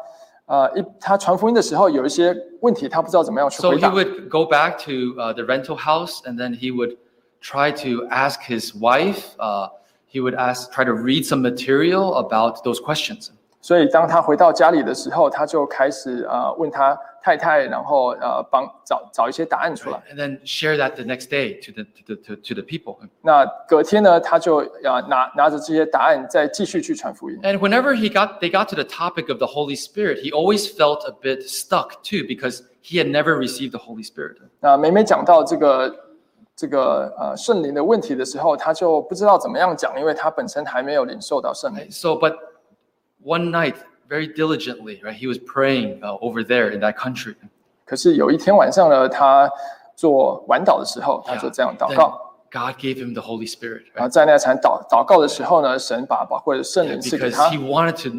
[SPEAKER 2] 呃一他传福音的时候，有一些问题他不知道怎么样去
[SPEAKER 1] So
[SPEAKER 2] 回
[SPEAKER 1] he
[SPEAKER 2] 答。
[SPEAKER 1] would go back to uh, the rental house, and then he would try to ask his wife. Uh, he would ask, try to read some material about those questions.
[SPEAKER 2] 所以当他回到家里的时候，他就开始啊、问他太太，然后呃帮找找一些答案出来。
[SPEAKER 1] and then share that the next day to the to the, to, to the people.
[SPEAKER 2] 那隔天呢，他就啊拿拿着这些答案再继续去传福音。
[SPEAKER 1] And whenever he got they got to the topic of the Holy Spirit, he always felt a bit stuck too because he had never received the Holy Spirit.
[SPEAKER 2] 那每每讲到这个这个呃圣灵的问题的时候，他就不知道怎么样讲，因为他本身还没有领受到圣灵。
[SPEAKER 1] So, but one night, very diligently, right, he was praying uh, over there in that country.
[SPEAKER 2] 可是有一天晚上呢，他做晚祷的时候，他就这样祷
[SPEAKER 1] Then
[SPEAKER 2] 告。
[SPEAKER 1] God gave him the Holy Spirit
[SPEAKER 2] 然后
[SPEAKER 1] right?
[SPEAKER 2] 在那场祷祷告的时候呢，神把宝贵的圣灵赐给
[SPEAKER 1] because
[SPEAKER 2] 他
[SPEAKER 1] he，wanted to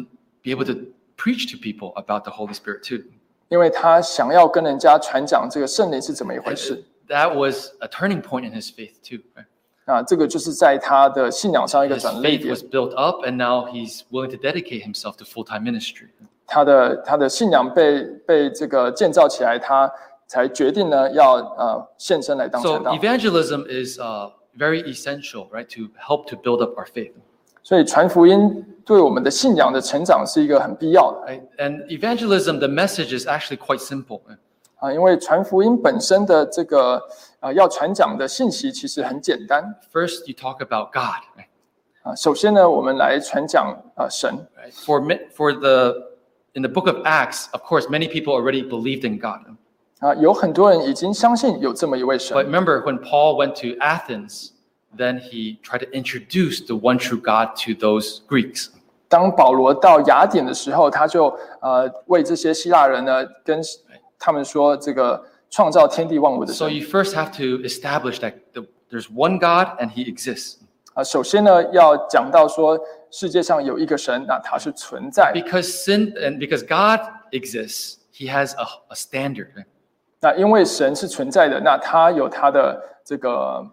[SPEAKER 1] be able to preach to people about the Holy Spirit too.
[SPEAKER 2] 因为他想要跟人家传讲这个圣灵是怎么一回
[SPEAKER 1] 哎
[SPEAKER 2] 事。
[SPEAKER 1] That was a turning point in his faith too. Right?
[SPEAKER 2] 那这个就是在他的信仰上一个
[SPEAKER 1] His
[SPEAKER 2] 转捩
[SPEAKER 1] faith
[SPEAKER 2] 点
[SPEAKER 1] was，built up, and now he's willing to dedicate himself to full time ministry.
[SPEAKER 2] 他的他的信仰被被这个建造起来，他才决定呢要呃献身来当传
[SPEAKER 1] So
[SPEAKER 2] 道。
[SPEAKER 1] evangelism is uh, very essential, right, to help to build up our faith.
[SPEAKER 2] 所以传福音对我们的信仰的成长是一个很必要的
[SPEAKER 1] Right? And evangelism, the message is actually quite simple.
[SPEAKER 2] 啊，因为传福音本身的这个啊要传讲的信息其实很简单
[SPEAKER 1] First, you talk about God. right?
[SPEAKER 2] 啊。首先呢，我们来传讲啊神
[SPEAKER 1] Right? For mi- for the in the book of Acts, of course, many people already believed in God.
[SPEAKER 2] 啊，有很多人已经相信有这么一位神
[SPEAKER 1] But remember, when Paul went to Athens, then he tried to introduce the one true God to those Greeks.
[SPEAKER 2] 当保罗到雅典的时候，他就呃为这些希腊人呢，跟他们说这个创造天地万物的
[SPEAKER 1] So
[SPEAKER 2] 神
[SPEAKER 1] you first have to establish that the, there's one God and He exists.
[SPEAKER 2] 啊、首先呢，要讲到说世界上有一个神，那他是存在的。
[SPEAKER 1] Because sin and because God exists, He has a, a standard.
[SPEAKER 2] 那因为神是存在的，那他有他的这个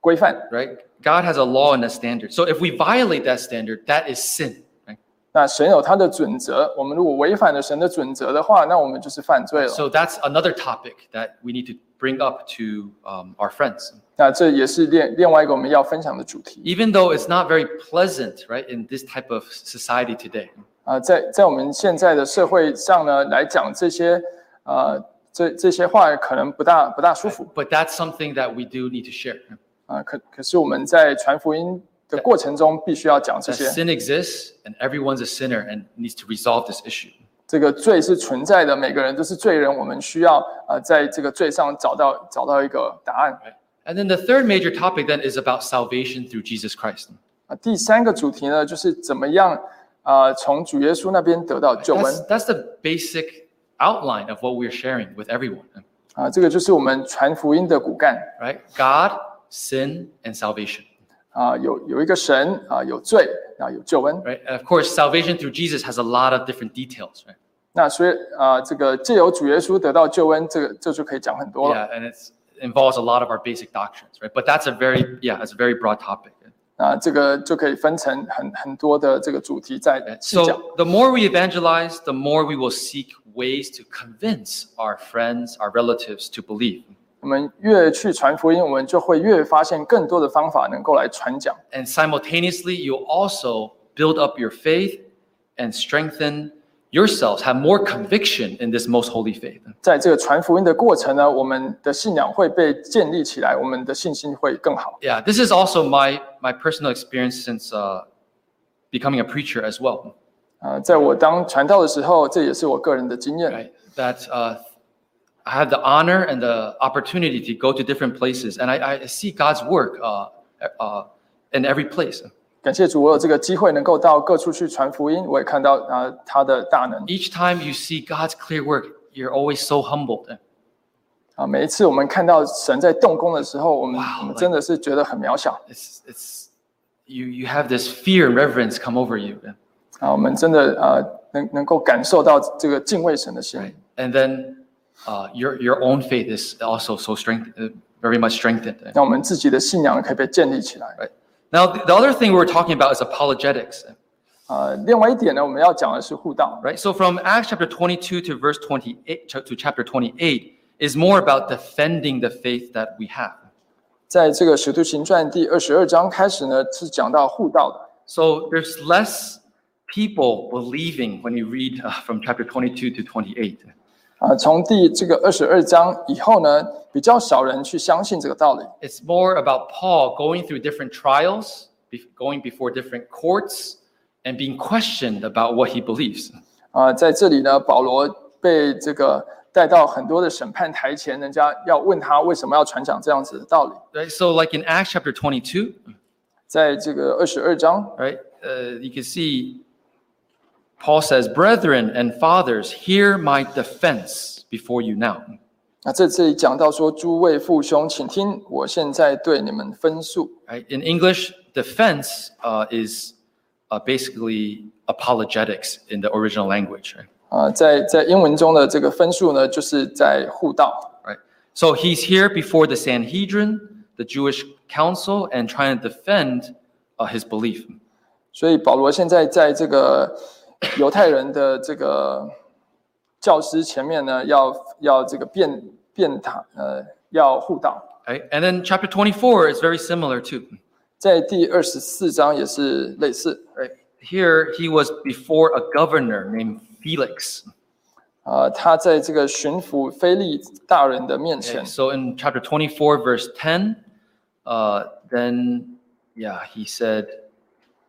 [SPEAKER 2] 规范。
[SPEAKER 1] right? God has a law and a standard. So if we violate that standard, that is sin. Right?
[SPEAKER 2] 那神有他的准则，我们如果违反了神的准则的话，那我们就是犯罪了。
[SPEAKER 1] So that's another topic that we need to bring up to um, our friends.
[SPEAKER 2] 那这也是另另外一个我们要分享的主题
[SPEAKER 1] Even though it's not very pleasant, right, in this type of society today,
[SPEAKER 2] 啊、在在我们现在的社会上呢，来讲这些呃这这些话可能不大不大舒服
[SPEAKER 1] but that's something that we do need to share.
[SPEAKER 2] 啊、可可是我们在传福音的过程中必须要讲这
[SPEAKER 1] That
[SPEAKER 2] 些。
[SPEAKER 1] sin exists and everyone's a sinner and needs to resolve this issue.
[SPEAKER 2] 这个罪是存在的，每个人都是罪人，我们需要呃在这个罪上找到找到一个答案。
[SPEAKER 1] Right? And then the third major topic then is about salvation through Jesus Christ.
[SPEAKER 2] 啊，第三个主题呢，就是怎么样啊、呃从主耶稣那边得到救恩
[SPEAKER 1] That's, that's the basic outline of what we're sharing with everyone.
[SPEAKER 2] 啊、这个就是我们传福音的骨干
[SPEAKER 1] right? God, sin, and salvation,
[SPEAKER 2] 啊、有有一个神啊、有罪啊、有救恩。
[SPEAKER 1] right? And of course, salvation through Jesus has a lot of different details, right?
[SPEAKER 2] 那所以啊、呃这个借由主耶稣得到救恩，这个这就可以讲很多了。
[SPEAKER 1] Yeah, and it's involves a lot of our basic doctrines, right? But that's a very yeah, it's a very broad topic.
[SPEAKER 2] 啊、这个就可以分成很很多的这个主题在
[SPEAKER 1] right?
[SPEAKER 2] 细讲。
[SPEAKER 1] So the more we evangelize, the more we will seek ways to convince our friends, our relatives to believe.
[SPEAKER 2] 我们越去传福音，我们就会越发现更多的方法能够来传讲。
[SPEAKER 1] And simultaneously, you'll also build up your faith and strengthen yourselves, have more conviction in this most holy faith.
[SPEAKER 2] 在这个传福音的过程呢，我们的信仰会被建立起来，我们的信心会更好。
[SPEAKER 1] yeah this is also my my personal experience since uh, becoming a preacher as well
[SPEAKER 2] 呃，在我当传道的时候，这也是我个人的经验。
[SPEAKER 1] right that uh, i have the honor and the opportunity to go to different places and i, I see god's work uh, uh, in every place
[SPEAKER 2] 感谢主，我有这个机会能够到各处去传福音，我也看到啊、呃他的大能
[SPEAKER 1] each time you see god's clear work you're always so humbled
[SPEAKER 2] 啊、每一次我们看到神在动工的时候，我们
[SPEAKER 1] 哇
[SPEAKER 2] 我们真的是觉得很渺小
[SPEAKER 1] it's it's you you have this fear and reverence come over you
[SPEAKER 2] 啊、我们真的呃能能够感受到这个敬畏神的心
[SPEAKER 1] right and then uh, your your own faith is also so strength uh, very much strengthened
[SPEAKER 2] 那我们自己的信仰可以被建立起来。
[SPEAKER 1] Right. Now, the the other thing we're talking about is apologetics,
[SPEAKER 2] 呃，另外一点呢，我们要讲的是互道。
[SPEAKER 1] right? So from Acts chapter 22 to verse 28 to chapter 28 is more about defending the faith that we have.
[SPEAKER 2] 在这个《使徒行传》第二十二章开始呢，是讲到互道的。
[SPEAKER 1] So there's less people believing when you read uh, from chapter 22 to 28.
[SPEAKER 2] 啊，从第这个二十二章以后呢，比较少人去相信这个道理
[SPEAKER 1] It's more about Paul going through different trials, be- going before different courts, and being questioned about what he believes.
[SPEAKER 2] 啊。在这里呢，保罗被这个带到很多的审判台前，人家要问他为什么要传讲这样子的道理。
[SPEAKER 1] Right? So, like in Acts chapter 22,
[SPEAKER 2] 在这个二十二章
[SPEAKER 1] right? Uh, you can see Paul says, Brethren and fathers, hear my defense before you now.
[SPEAKER 2] 那啊在这里讲到说，诸位父兄，请听，我现在对你们分诉。
[SPEAKER 1] Right? In English, defense uh, is uh, basically apologetics in the original language. Right?
[SPEAKER 2] 啊，在在英文中的这个分数呢，就是在互道。
[SPEAKER 1] right? So he's here before the Sanhedrin, the Jewish council, and trying to defend uh, his belief.
[SPEAKER 2] 所以保罗现在在这个犹太人的这个教师前面呢，要要这个辩辩他，呃，要护道。
[SPEAKER 1] Okay? And then chapter 24 is very similar too.
[SPEAKER 2] 在第二十四章也是类似
[SPEAKER 1] Right? Here, he was before a governor named Felix.
[SPEAKER 2] 啊、呃他在这个巡抚菲利大人的面前
[SPEAKER 1] Okay, So in chapter 24, verse 10, uh, then, yeah, he said,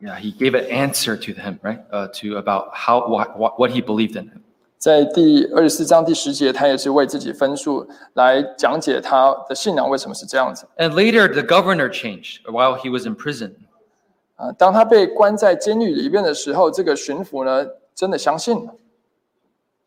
[SPEAKER 1] yeah, he gave an answer to him, right? Uh, to about how what, what, what he believed in.
[SPEAKER 2] 在第二十四章第十节，他也是为自己分数来讲解他的信仰为什么是这样子
[SPEAKER 1] And later, the governor changed while he was in prison.
[SPEAKER 2] 啊、呃当他被关在监狱里面的时候，这个巡抚呢真的相信了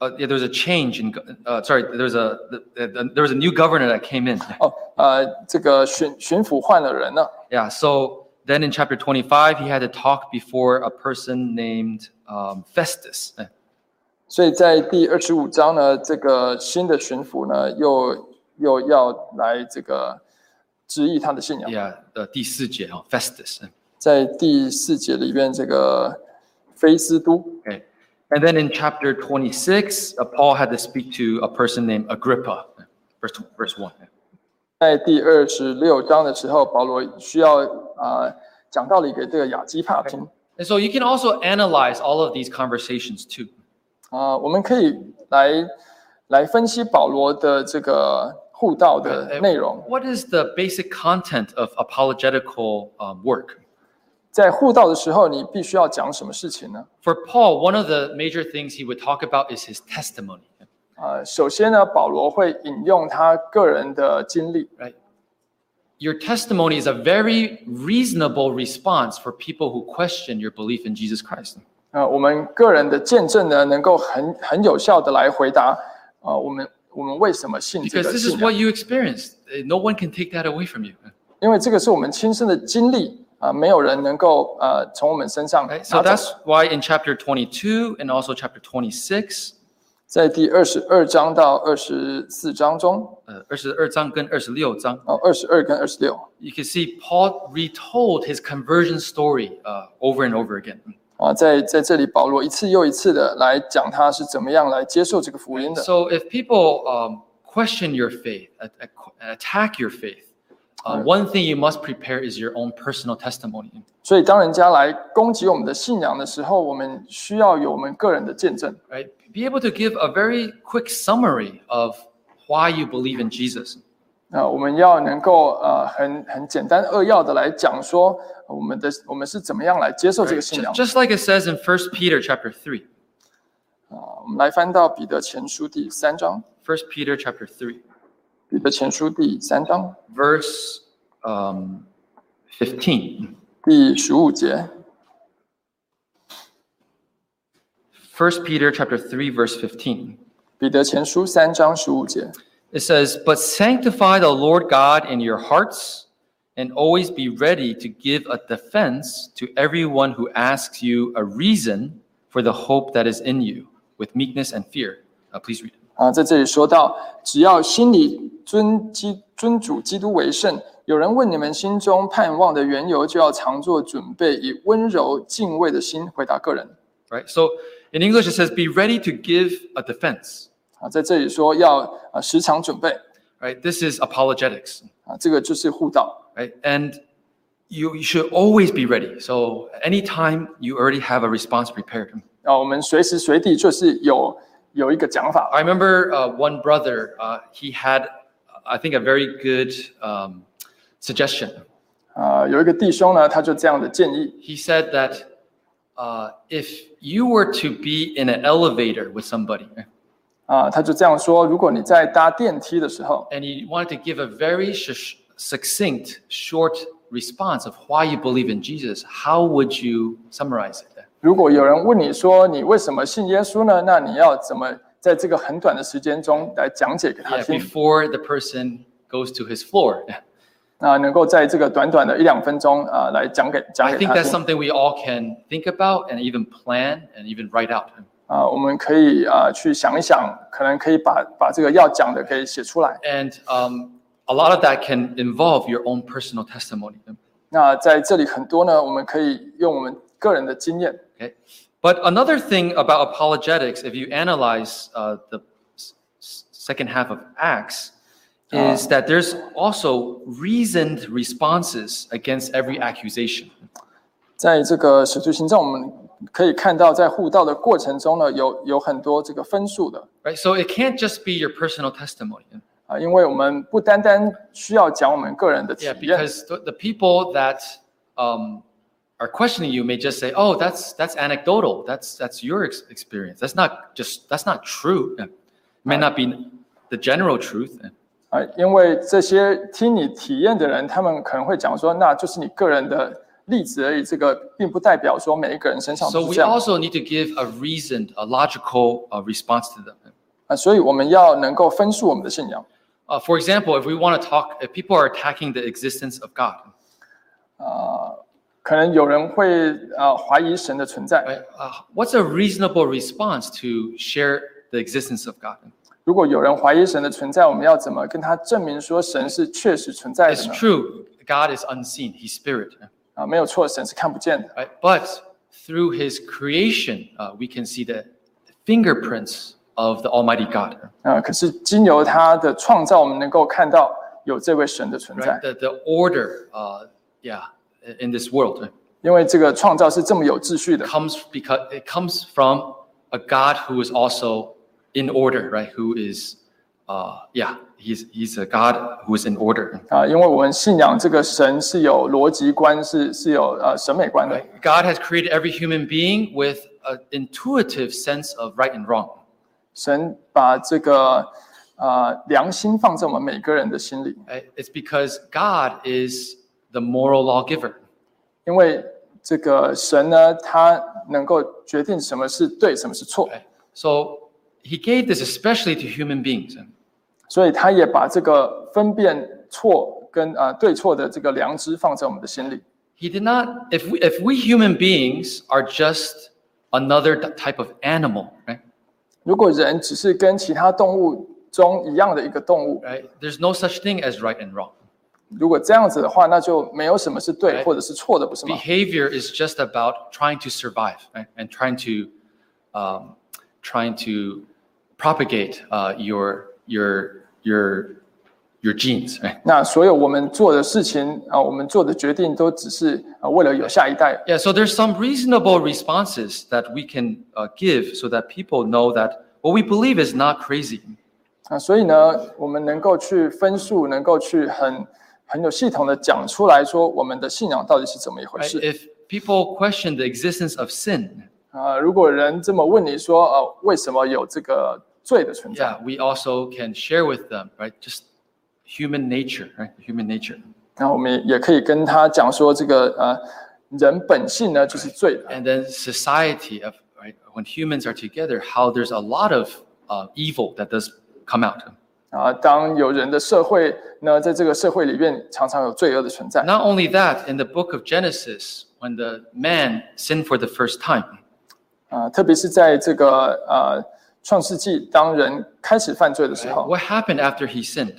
[SPEAKER 1] Uh, yeah, there was a change in. go- Uh, sorry, there was a the, the, there was a new governor that came in.
[SPEAKER 2] 哦，呃，这个巡巡抚换了人了，
[SPEAKER 1] Yeah. So then, in chapter twenty-five, he had to talk before a person named um, Festus. Eh,
[SPEAKER 2] 所以在第二十五章呢，这个新的巡抚呢又又要来这个质疑他的信仰。
[SPEAKER 1] Yeah, uh, 第四节, oh, Festus. eh.
[SPEAKER 2] 在第四节里边，这个菲斯都
[SPEAKER 1] Okay. And then in chapter 26, uh, Paul had to speak to a person named Agrippa, verse, verse 1.
[SPEAKER 2] 在第二十六章的时候，保罗需要啊、呃讲道理给这个雅基帕听
[SPEAKER 1] And so you can also analyze all of these conversations too.
[SPEAKER 2] 啊、我们可以来来分析保罗的这个互道
[SPEAKER 1] 哎
[SPEAKER 2] 的内容。
[SPEAKER 1] Uh, What is the basic content of apologetical um, work?
[SPEAKER 2] 在互道的时候，你必须要讲什么事情呢？
[SPEAKER 1] For Paul, one of the major things he would talk about is his testimony,
[SPEAKER 2] 呃，首先呢，保罗会引用他个人的经历。
[SPEAKER 1] right? Your testimony is a very reasonable response for people who question your belief in Jesus Christ.
[SPEAKER 2] 呃，我们个人的见证呢，能够很很有效的来回答，呃，我们我们为什么信这
[SPEAKER 1] Because
[SPEAKER 2] 个
[SPEAKER 1] this
[SPEAKER 2] 信
[SPEAKER 1] is
[SPEAKER 2] 仰？
[SPEAKER 1] what you experienced. Uh, No one can take that away from you.
[SPEAKER 2] 因为这个是我们亲身的经历啊、呃没有人能够呃从我们身上
[SPEAKER 1] Right,
[SPEAKER 2] 拿
[SPEAKER 1] 哎 so
[SPEAKER 2] 走
[SPEAKER 1] that's why in chapter 22 and also chapter 26,
[SPEAKER 2] 在第二十二章到二十四章中，
[SPEAKER 1] uh, 22章跟26章,
[SPEAKER 2] 哦，二十二跟二十六
[SPEAKER 1] you can see Paul retold his conversion story uh, over and over again.
[SPEAKER 2] 啊，在在这里，保罗一次又一次的来讲他是怎么样来接受这个福音的。
[SPEAKER 1] 哎 So if people um, question your faith, at- at- attack your faith, uh, one thing you must prepare is your own personal testimony.
[SPEAKER 2] 所以，当人家来攻击我们的信仰的时候，我们需要有我们个人的见证，
[SPEAKER 1] Right? Be able to give a very quick summary of why you believe in Jesus.
[SPEAKER 2] 啊、我们要能够呃很很简单扼要的来讲说呃我们的我们是怎么样来接受这个
[SPEAKER 1] Right?
[SPEAKER 2] 信
[SPEAKER 1] Ju-
[SPEAKER 2] 仰。
[SPEAKER 1] Just like it says in 1 Peter chapter 3.
[SPEAKER 2] 我们来翻到彼得前书第三章，
[SPEAKER 1] 1 Peter chapter 3.
[SPEAKER 2] 彼得前书第三章
[SPEAKER 1] verse um, 15.
[SPEAKER 2] 第十五节，
[SPEAKER 1] First Peter chapter 3 verse 15.
[SPEAKER 2] 彼得前书三章十五节。
[SPEAKER 1] It says, "But sanctify the Lord God in your hearts, and always be ready to give a defense to everyone who asks you a reason for the hope that is in you with meekness and fear." Uh, please read.
[SPEAKER 2] 啊，在这里说到，只要心里尊基尊主基督为圣，有人问你们心中盼望的缘由，就要常做准备，以温柔敬畏的心回答个人。
[SPEAKER 1] Right? So in English it says be ready to give a defense.
[SPEAKER 2] 啊，在这里说要啊时常准备
[SPEAKER 1] Right? This is apologetics.
[SPEAKER 2] 啊，这个就是护道。
[SPEAKER 1] right? And you, you should always be ready. So anytime you already have a response prepared.
[SPEAKER 2] 啊，我们随时随地就是有有一个讲法。
[SPEAKER 1] I remember uh, one brother, uh, he had, I think, a very good um, suggestion.
[SPEAKER 2] 啊，有一个弟兄呢，他就这样的建议
[SPEAKER 1] He said that uh, if you were to be in an elevator with somebody
[SPEAKER 2] 啊，他就这样说：如果你在搭电梯的时候
[SPEAKER 1] and you wanted to give a very sh- succinct, short response of why you believe in Jesus, how would you summarize it?
[SPEAKER 2] 如果有人问你说你为什么信耶稣呢？那你要怎么在这个很短的时间中来讲解给他
[SPEAKER 1] Yeah,
[SPEAKER 2] 听？
[SPEAKER 1] before the person goes to his floor.
[SPEAKER 2] 那啊能够在这个短短的一两分钟啊、呃来讲给讲
[SPEAKER 1] I
[SPEAKER 2] 给
[SPEAKER 1] think
[SPEAKER 2] 他
[SPEAKER 1] that's
[SPEAKER 2] 听
[SPEAKER 1] something we all can think about and even plan and even write out.
[SPEAKER 2] 啊、我们可以啊、呃去想一想，可能可以把把这个要讲的给写出来。
[SPEAKER 1] And um, a lot of that can involve your own personal testimony.
[SPEAKER 2] 那在这里很多呢，我们可以用我们个人的经验
[SPEAKER 1] Okay. But another thing about apologetics, if you analyze uh, the s- s- second half of Acts, is that there's also reasoned responses against every accusation.
[SPEAKER 2] 在这个使徒行政，我们可以看到，在互道的过程中呢，有有很多这个分数的
[SPEAKER 1] Right? So it can't just be your personal testimony.
[SPEAKER 2] 啊，因为我们不单单需要讲我们个人的体
[SPEAKER 1] Yeah,
[SPEAKER 2] 验，
[SPEAKER 1] because the, the people that um, are questioning you may just say, "Oh, that's that's anecdotal. That's that's your ex- experience. That's not just that's not true. Yeah. It may not be the general truth." Yeah.
[SPEAKER 2] 啊，因为这些听你体验的人，他们可能会讲说，那就是你个人的例子而已，这个并不代表说每一个人身上都
[SPEAKER 1] So
[SPEAKER 2] 是
[SPEAKER 1] we
[SPEAKER 2] 这样
[SPEAKER 1] also need to give a reasoned, a logical uh, response to them.
[SPEAKER 2] 啊，所以我们要能够分数我们的信仰
[SPEAKER 1] Uh, for example, if we want to talk, if people are attacking the existence of God,
[SPEAKER 2] 啊。可能有人会啊怀疑神的存在。
[SPEAKER 1] right, uh, what's a reasonable response to share the existence of God?
[SPEAKER 2] 如果有人怀疑神的存在，我们要怎么跟他证明说神是确实存在的
[SPEAKER 1] It's
[SPEAKER 2] 呢？
[SPEAKER 1] true, God is unseen, He's spirit.
[SPEAKER 2] 啊，没有错，神是看不见的。
[SPEAKER 1] Right? But through his creation, uh, we can see the fingerprints of the Almighty God.
[SPEAKER 2] 啊，可是经由他的创造，我们能够看到有这位神的存
[SPEAKER 1] Right?
[SPEAKER 2] 在，
[SPEAKER 1] The, the order, uh, yeah, in this world right,
[SPEAKER 2] 因为这个创造是这么有秩序的，
[SPEAKER 1] comes because it comes from a God who is also in order, right? Who is, uh, yeah, he's he's a God who is in order.
[SPEAKER 2] 啊，因为我们信仰这个神是有逻辑观，是是有呃审美观的
[SPEAKER 1] Right? God has created every human being with an intuitive sense of right and wrong.
[SPEAKER 2] 神把这个呃良心放在我们每个人的心里，
[SPEAKER 1] Right? It's because God is the moral lawgiver.
[SPEAKER 2] 因为这个神呢，他能够决定什么是对，什么是错，
[SPEAKER 1] Right? So he gave this especially to human beings.
[SPEAKER 2] 所以他也把这个分辨错跟呃对错的这个良知放在我们的心里。
[SPEAKER 1] He did not, if we, if we human beings are just another t- type of animal, right?
[SPEAKER 2] 如果人只是跟其他动物中一样的一个动物，
[SPEAKER 1] right? There's no such thing as right and wrong.
[SPEAKER 2] 如果这样子的话，那就没有什么是对
[SPEAKER 1] 哎
[SPEAKER 2] 或者是错的，不是吗？
[SPEAKER 1] Behavior is just about trying to survive right? and trying to, um, trying to propagate uh, your, your, your, your genes, right?
[SPEAKER 2] 那所有我们做的事情啊、我们做的决定都只是啊、为了有下一代
[SPEAKER 1] Yeah, so there's some reasonable responses that we can uh, give so that people know that what we believe is not crazy.
[SPEAKER 2] 啊、所以呢，我们能够去分数，能够去很很有系统的讲出来说我们的信仰到底是怎么一回
[SPEAKER 1] Right?
[SPEAKER 2] 事
[SPEAKER 1] If people question the existence of sin,
[SPEAKER 2] 啊、如果人这么问你说啊、为什么有这个罪的存在
[SPEAKER 1] yeah, we also can share with them, right? Just human nature, right? Human nature.
[SPEAKER 2] 那我们也可以跟他讲说这个呃人本性呢就是罪的。
[SPEAKER 1] And then society of right when humans are together, how there's a lot of uh, evil that does come out.
[SPEAKER 2] 啊，当有人的社会呢，在这个社会里面常常有罪恶的存在。
[SPEAKER 1] Not only that, in the book of Genesis, when the man sinned for the first time,
[SPEAKER 2] 啊，特别是在这个呃创世纪，当人开始犯罪的时候，
[SPEAKER 1] what happened after he sinned?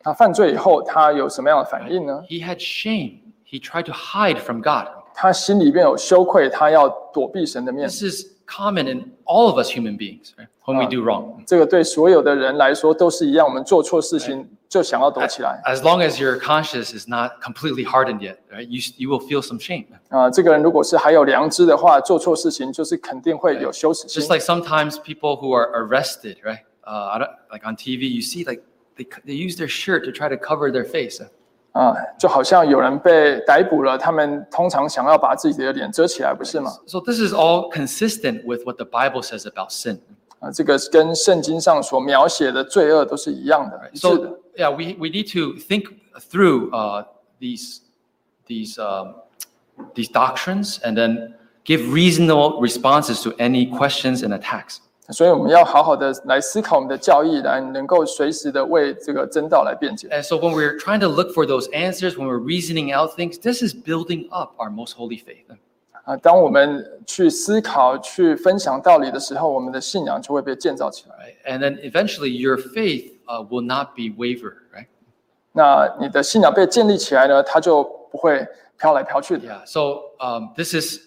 [SPEAKER 2] 他犯罪以后，他有什么样的反应呢？
[SPEAKER 1] He had shame. He tried to hide from God.
[SPEAKER 2] 他心里面有羞愧，他要躲避神的面。
[SPEAKER 1] This is common in all of us human beings, right? When we do wrong.
[SPEAKER 2] 这个对所有的人来说都是一样，我们做错事情就想要躲起来。
[SPEAKER 1] as long as your conscience is not completely hardened yet, right, you, you will feel some shame.
[SPEAKER 2] 啊，这个人如果是还有良知的话，做错事情就是肯定会有羞耻
[SPEAKER 1] Just
[SPEAKER 2] 心。
[SPEAKER 1] like sometimes people who are arrested, right, uh, I don't, like on TV, you see like they, c- they use their shirt to try to cover their face.
[SPEAKER 2] 啊，就好像有人被逮捕了，他们通常想要把自己的脸遮起来，不是吗？
[SPEAKER 1] So this is all consistent with what the Bible says about sin.
[SPEAKER 2] 啊，这个跟圣经上所描写的罪恶都是一样的，一致的。
[SPEAKER 1] So yeah, we, we need to think through uh, these these um, these doctrines and then give reasonable responses to any questions and attacks.
[SPEAKER 2] 所以我们要好好的来思考我们的教义，来能够随时的为这个真道来辩解。
[SPEAKER 1] And so when we're trying to look for those answers, when we're reasoning out things, this is building up our most holy faith.
[SPEAKER 2] 啊，当我们去思考、去分享道理的时候，我们的信仰就会被建造起来。
[SPEAKER 1] Right? And then eventually your faith uh, will not be waver, right?
[SPEAKER 2] 那你的信仰被建立起来呢，它就不会飘来飘去的。
[SPEAKER 1] Yeah. So um, this is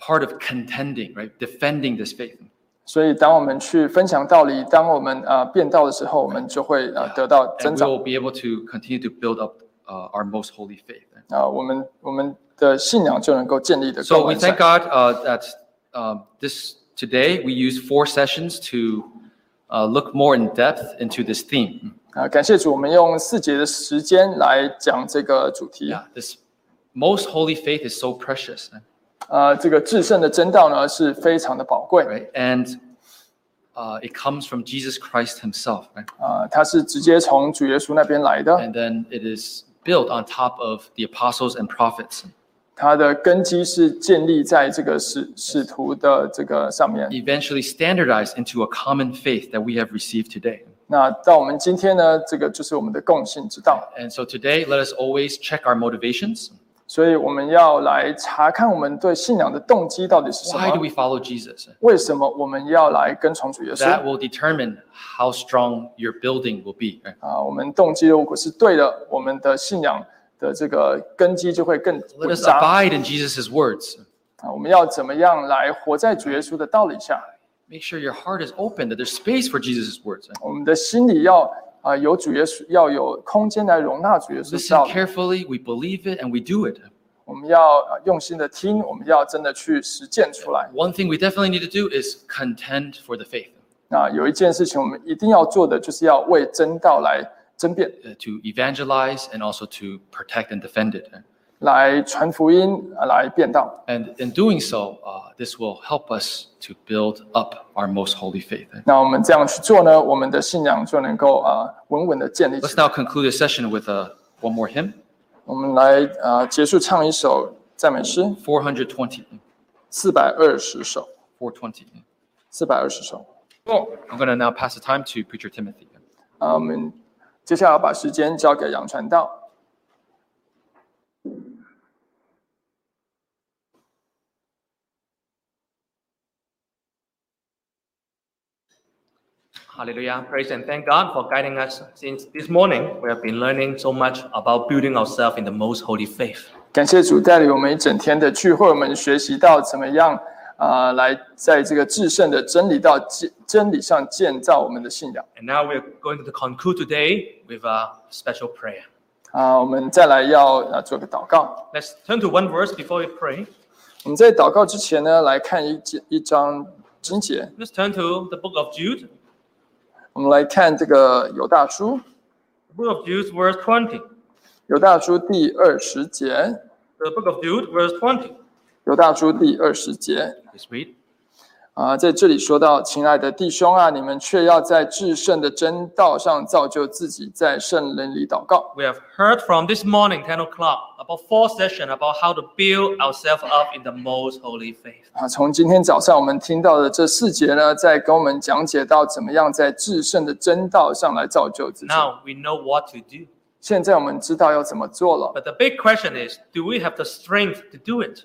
[SPEAKER 1] part of contending, right? Defending this faith.
[SPEAKER 2] 所以，当我们去分享道理，当我们呃变道的时候，我们就会呃得到
[SPEAKER 1] and we
[SPEAKER 2] 增长。
[SPEAKER 1] 哎 will be able to continue to build up uh, our most holy faith.
[SPEAKER 2] 啊、我们我们的信仰就能够建立的更
[SPEAKER 1] So we
[SPEAKER 2] 完善
[SPEAKER 1] thank。God uh, that um, this today we used four sessions to uh, look more in depth into this theme.
[SPEAKER 2] 啊、感谢主，我们用四节的时间来讲这个主题。
[SPEAKER 1] Yeah, this most holy faith is so precious,
[SPEAKER 2] 呃，这个至圣的真道呢是非常的宝贵，
[SPEAKER 1] right? And uh, it comes from Jesus Christ Himself, right?
[SPEAKER 2] 啊、它是直接从主耶稣那边来的，
[SPEAKER 1] And then it is built on top of the apostles and prophets.
[SPEAKER 2] 它的根基是建立在这个使使徒的这个上面。
[SPEAKER 1] eventually standardized into a common faith that we have received today.
[SPEAKER 2] 那到我们今天呢，这个就是我们的共性之道，
[SPEAKER 1] And so today, let us always check our motivations.
[SPEAKER 2] 所以我们要来查看我们对信仰的动机到底是什
[SPEAKER 1] Why do
[SPEAKER 2] 么。
[SPEAKER 1] we follow Jesus?
[SPEAKER 2] 为什么我们要来跟从主耶稣？
[SPEAKER 1] That will determine how strong your building will be. right?
[SPEAKER 2] 啊，我们动机如果是对的，我们的信仰的这个根基就会更
[SPEAKER 1] Let
[SPEAKER 2] 稳
[SPEAKER 1] us
[SPEAKER 2] 扎
[SPEAKER 1] abide in Jesus' words.
[SPEAKER 2] 啊。我们要怎么样来活在主耶稣的道理下？
[SPEAKER 1] Make sure your heart is open, that there's space for Jesus' words. right?
[SPEAKER 2] 我们的心里要啊、有主耶稣，要有空间来容纳主耶稣的
[SPEAKER 1] Listen
[SPEAKER 2] 道理。
[SPEAKER 1] carefully, we believe it, and we do it.
[SPEAKER 2] 我们要、呃用心的听，我们要真的去实践出来。
[SPEAKER 1] One thing we definitely need to do is contend for the faith
[SPEAKER 2] 那有一件事情我们一定要做的，就是要为真道来争辩，
[SPEAKER 1] uh, to evangelize and also to protect and defend it. right?
[SPEAKER 2] 来传福音，啊来辩道。
[SPEAKER 1] And in doing so, uh, this will help us to build up our most holy faith.
[SPEAKER 2] 那我们这样去做呢，我们的信仰就能够啊、呃稳稳的建立起
[SPEAKER 1] Let's
[SPEAKER 2] 来。
[SPEAKER 1] now conclude the session with uh, one more hymn,
[SPEAKER 2] 我们来啊、呃结束唱一首赞美诗，
[SPEAKER 1] 420.
[SPEAKER 2] 四百二十首，
[SPEAKER 1] 420.
[SPEAKER 2] 四百二十首。
[SPEAKER 1] I'm going to now pass the time to Preacher Timothy.
[SPEAKER 2] 啊，我们接下来把时间交给杨传道。
[SPEAKER 3] Hallelujah. Praise and thank God for guiding us since this morning. We have been learning so much about building ourselves in the most holy faith.
[SPEAKER 2] 感谢主带领我们一整天的聚会，我们学习到怎么样啊、呃来在这个至圣的真理到建真理上建造我们的信仰
[SPEAKER 3] And now we're going to conclude today with a special prayer.
[SPEAKER 2] 啊、我们再来要啊做个祷告。
[SPEAKER 3] Let's turn to one verse before we pray.
[SPEAKER 2] 我们在祷告之前呢，来看一节一章经节，
[SPEAKER 3] Let's turn to the book of Jude.
[SPEAKER 2] 我们来看这个犹大书，
[SPEAKER 3] The book of Jude, verse 20.
[SPEAKER 2] 犹大书第二十节，
[SPEAKER 3] The book of Jude, verse 20.
[SPEAKER 2] 犹大书第二十节。
[SPEAKER 1] Let's read.
[SPEAKER 2] 啊，在这里说到，亲爱的弟兄啊，你们却要在至圣的真道上造就自己，在圣灵里祷告。
[SPEAKER 3] We have heard from this morning, 10 o'clock, about four sessions about how to build ourselves up in the most holy faith.
[SPEAKER 2] 啊，从今天早上我们听到的这四节呢，在跟我们讲解到怎么样在至圣的真道上来造就自己。
[SPEAKER 3] Now we know what to do.
[SPEAKER 2] 现在我们知道要怎么做了。
[SPEAKER 3] But the big question is do we have the strength to do it?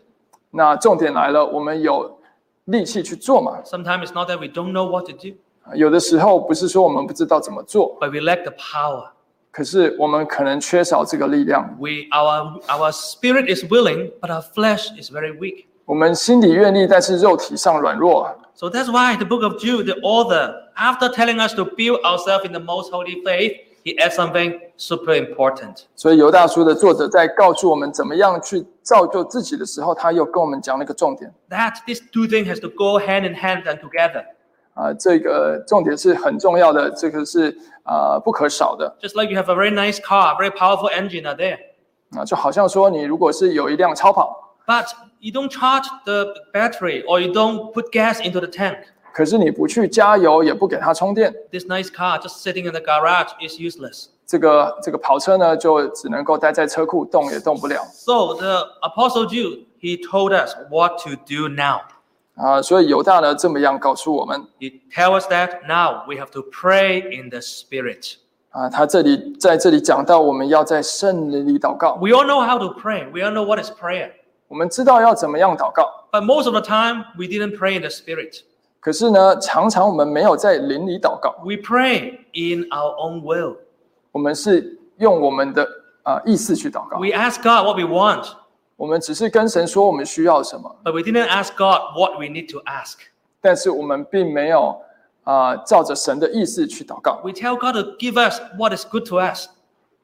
[SPEAKER 2] 那重点来了，我们有力气去做嘛？
[SPEAKER 3] Sometimes it's not that we don't know what to do,
[SPEAKER 2] 啊有的时候不是说我们不知道怎么做，
[SPEAKER 3] but we lack the power.
[SPEAKER 2] 可是我们可能缺少这个力量。
[SPEAKER 3] We our our spirit is willing, but our flesh is very weak.
[SPEAKER 2] 我们心里愿意，但是肉体上软弱。啊
[SPEAKER 3] So that's why the book of Jude, the author, after telling us to build ourselves in the most holy faith, he adds something super important.
[SPEAKER 2] 所以犹大书的作者在告诉我们怎么样去造就自己的时候，他又跟我们讲了一个重点
[SPEAKER 3] That these two things has to go hand in hand and together.
[SPEAKER 2] 啊、这个重点是很重要的，这个是啊、不可少的
[SPEAKER 3] Just like you have a very nice car, a very powerful engine out there,
[SPEAKER 2] 啊、就好像说你如果是有一辆超跑，
[SPEAKER 3] but you don't charge the battery or you don't put gas into the tank.
[SPEAKER 2] 可是你不去加油，也不给它充电，
[SPEAKER 3] this nice car just sitting in the garage is useless.
[SPEAKER 2] 这个这个跑车呢就只能够待在车库，动也动不了
[SPEAKER 3] So the apostle Jude, he told us what to do now.
[SPEAKER 2] 啊、所以犹大呢这么样告诉我们
[SPEAKER 3] He tells us that now we have to pray in the spirit.
[SPEAKER 2] 啊、他这里在这里讲到我们要在圣灵里祷告，
[SPEAKER 3] We all know how to pray. We all know what is prayer.
[SPEAKER 2] 我们知道要怎么样祷告，
[SPEAKER 3] But most of the time, we didn't pray in the spirit.
[SPEAKER 2] 可是呢常常我们没有在灵里祷告。
[SPEAKER 3] We pray in our own will.
[SPEAKER 2] 我们是用我们的啊、呃意识去祷告，
[SPEAKER 3] We ask God what we want,
[SPEAKER 2] 我们只是跟神说我们需要什么，
[SPEAKER 3] but we didn't ask God what we need to ask.
[SPEAKER 2] 但是我们并没有啊、呃照着神的意思去祷告。
[SPEAKER 3] We tell God to give us what is good to us,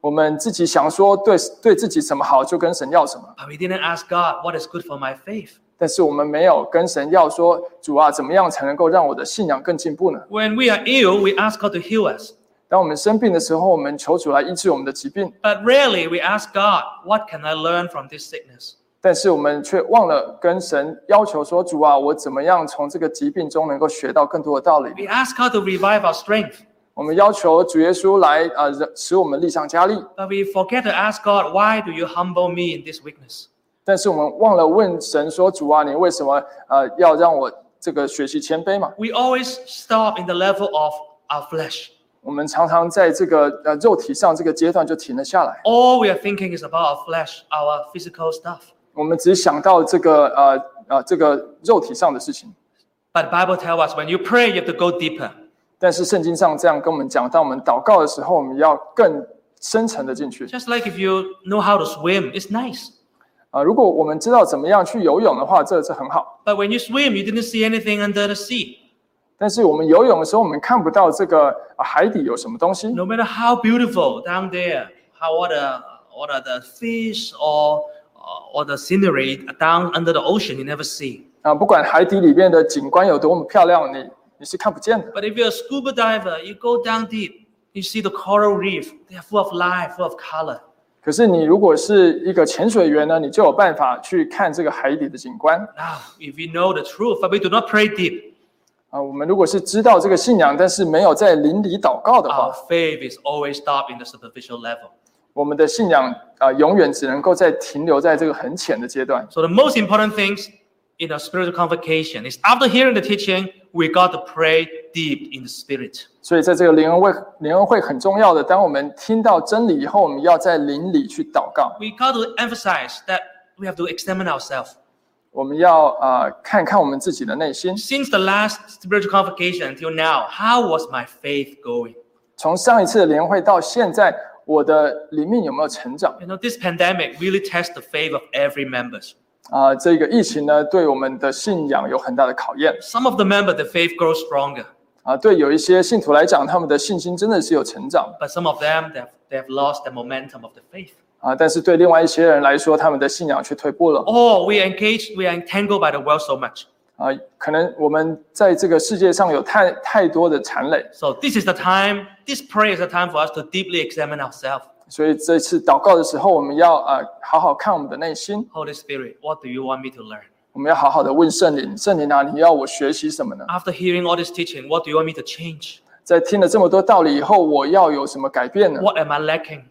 [SPEAKER 2] 我们自己想说对对自己什么好，就跟神要什么。
[SPEAKER 3] but we didn't ask God what is good for my faith.
[SPEAKER 2] 但是我们没有跟神要说，主啊，怎么样才能够让我的信仰更进步呢？
[SPEAKER 3] When we are ill, we ask God to heal us,
[SPEAKER 2] 当我们生病的时候，我们求主来医治我们的疾病，
[SPEAKER 3] but rarely we ask God, what can I learn from this sickness?
[SPEAKER 2] 但是我们却忘了跟神要求说，主啊，我怎么样从这个疾病中能够学到更多的道理？
[SPEAKER 3] We ask God to revive our strength,
[SPEAKER 2] 我们要求主耶稣来呃，使我们力上加力，
[SPEAKER 3] but we forget to ask God, why do you humble me in this weakness?
[SPEAKER 2] 但是我们忘了问神说，主啊，你为什么呃要让我这个学习谦卑嘛？
[SPEAKER 3] We always stop in the level of our flesh.
[SPEAKER 2] 我们常常在这个呃肉体上这个阶段就停了下来，
[SPEAKER 3] All we are thinking is about our flesh, our physical stuff.
[SPEAKER 2] 我们只想到这个呃呃这个肉体上的事情。
[SPEAKER 3] But the Bible tells us when you pray, you have to go deeper.
[SPEAKER 2] 但是圣经上这样跟我们讲，当我们祷告的时候，我们要更深层的进去
[SPEAKER 3] Just like if you know how to swim, it's nice.
[SPEAKER 2] 啊、如果我们知道怎么样去游泳的话，这是很好。
[SPEAKER 3] But when you swim, you didn't see anything under the sea.
[SPEAKER 2] 但是我们游泳的时候，我们看不到这个、啊海底有什么东西。
[SPEAKER 3] No matter how beautiful down there, how what are, what are the fish or or the scenery down under the ocean, you never see.
[SPEAKER 2] 啊，不管海底里面的景观有多么漂亮，你你是看不见的。
[SPEAKER 3] But if you're a scuba diver, you go down deep, you see the coral reef. They are full of life, full of color.
[SPEAKER 2] 可是你如果是一个潜水员呢，你就有办法去看这个海底的景观
[SPEAKER 3] Now, if we know the truth, but we do not pray deep,
[SPEAKER 2] 啊。我们如果是知道这个信仰，但是没有在邻里祷告的
[SPEAKER 3] our
[SPEAKER 2] 话，
[SPEAKER 3] faith is always stopped in the superficial level.
[SPEAKER 2] 我们的信仰啊，永远只能够在停留在这个很浅的阶段。
[SPEAKER 3] So the most important things in our spiritual convocation is after hearing the teaching, we got to pray deep in the spirit.
[SPEAKER 2] 所以在这个灵恩会，灵恩会很重要的。当我们听到真理以后，我们要在灵里去祷告，
[SPEAKER 3] We got to emphasize that we have to examine ourselves.
[SPEAKER 2] 我们要啊、呃看看我们自己的内心。
[SPEAKER 3] Since the last spiritual convocation until now, how was my faith going?
[SPEAKER 2] 从上一次的灵恩会到现在，我的灵命有没有成长？
[SPEAKER 3] You know, this pandemic really tests the faith of every members.
[SPEAKER 2] 啊、这个疫情呢，对我们的信仰有很大的考验
[SPEAKER 3] Some of the members, the faith grows stronger,
[SPEAKER 2] 啊、对有一些信徒来讲，他们的信心真的是有成长
[SPEAKER 3] but some of them, they've, they've lost the momentum of the faith.
[SPEAKER 2] 啊、但是对另外一些人来说，他们的信仰却退步了
[SPEAKER 3] Or Oh, we are engaged, we are entangled by the world so much.
[SPEAKER 2] 啊、可能我们在这个世界上有太太多的缠累，
[SPEAKER 3] So this is the time, this prayer is the time for us to deeply examine ourselves.
[SPEAKER 2] 所以这次祷告的时候，我们要啊、好好看我们的内心。
[SPEAKER 3] Holy Spirit, what do you want me to learn?
[SPEAKER 2] 我们要好好的问圣灵，圣灵啊，你要我学习什么呢？
[SPEAKER 3] After hearing all this teaching, what do you want me to change?
[SPEAKER 2] 在听了这么多道理以后，我要有什么改变呢？
[SPEAKER 3] What am I lacking?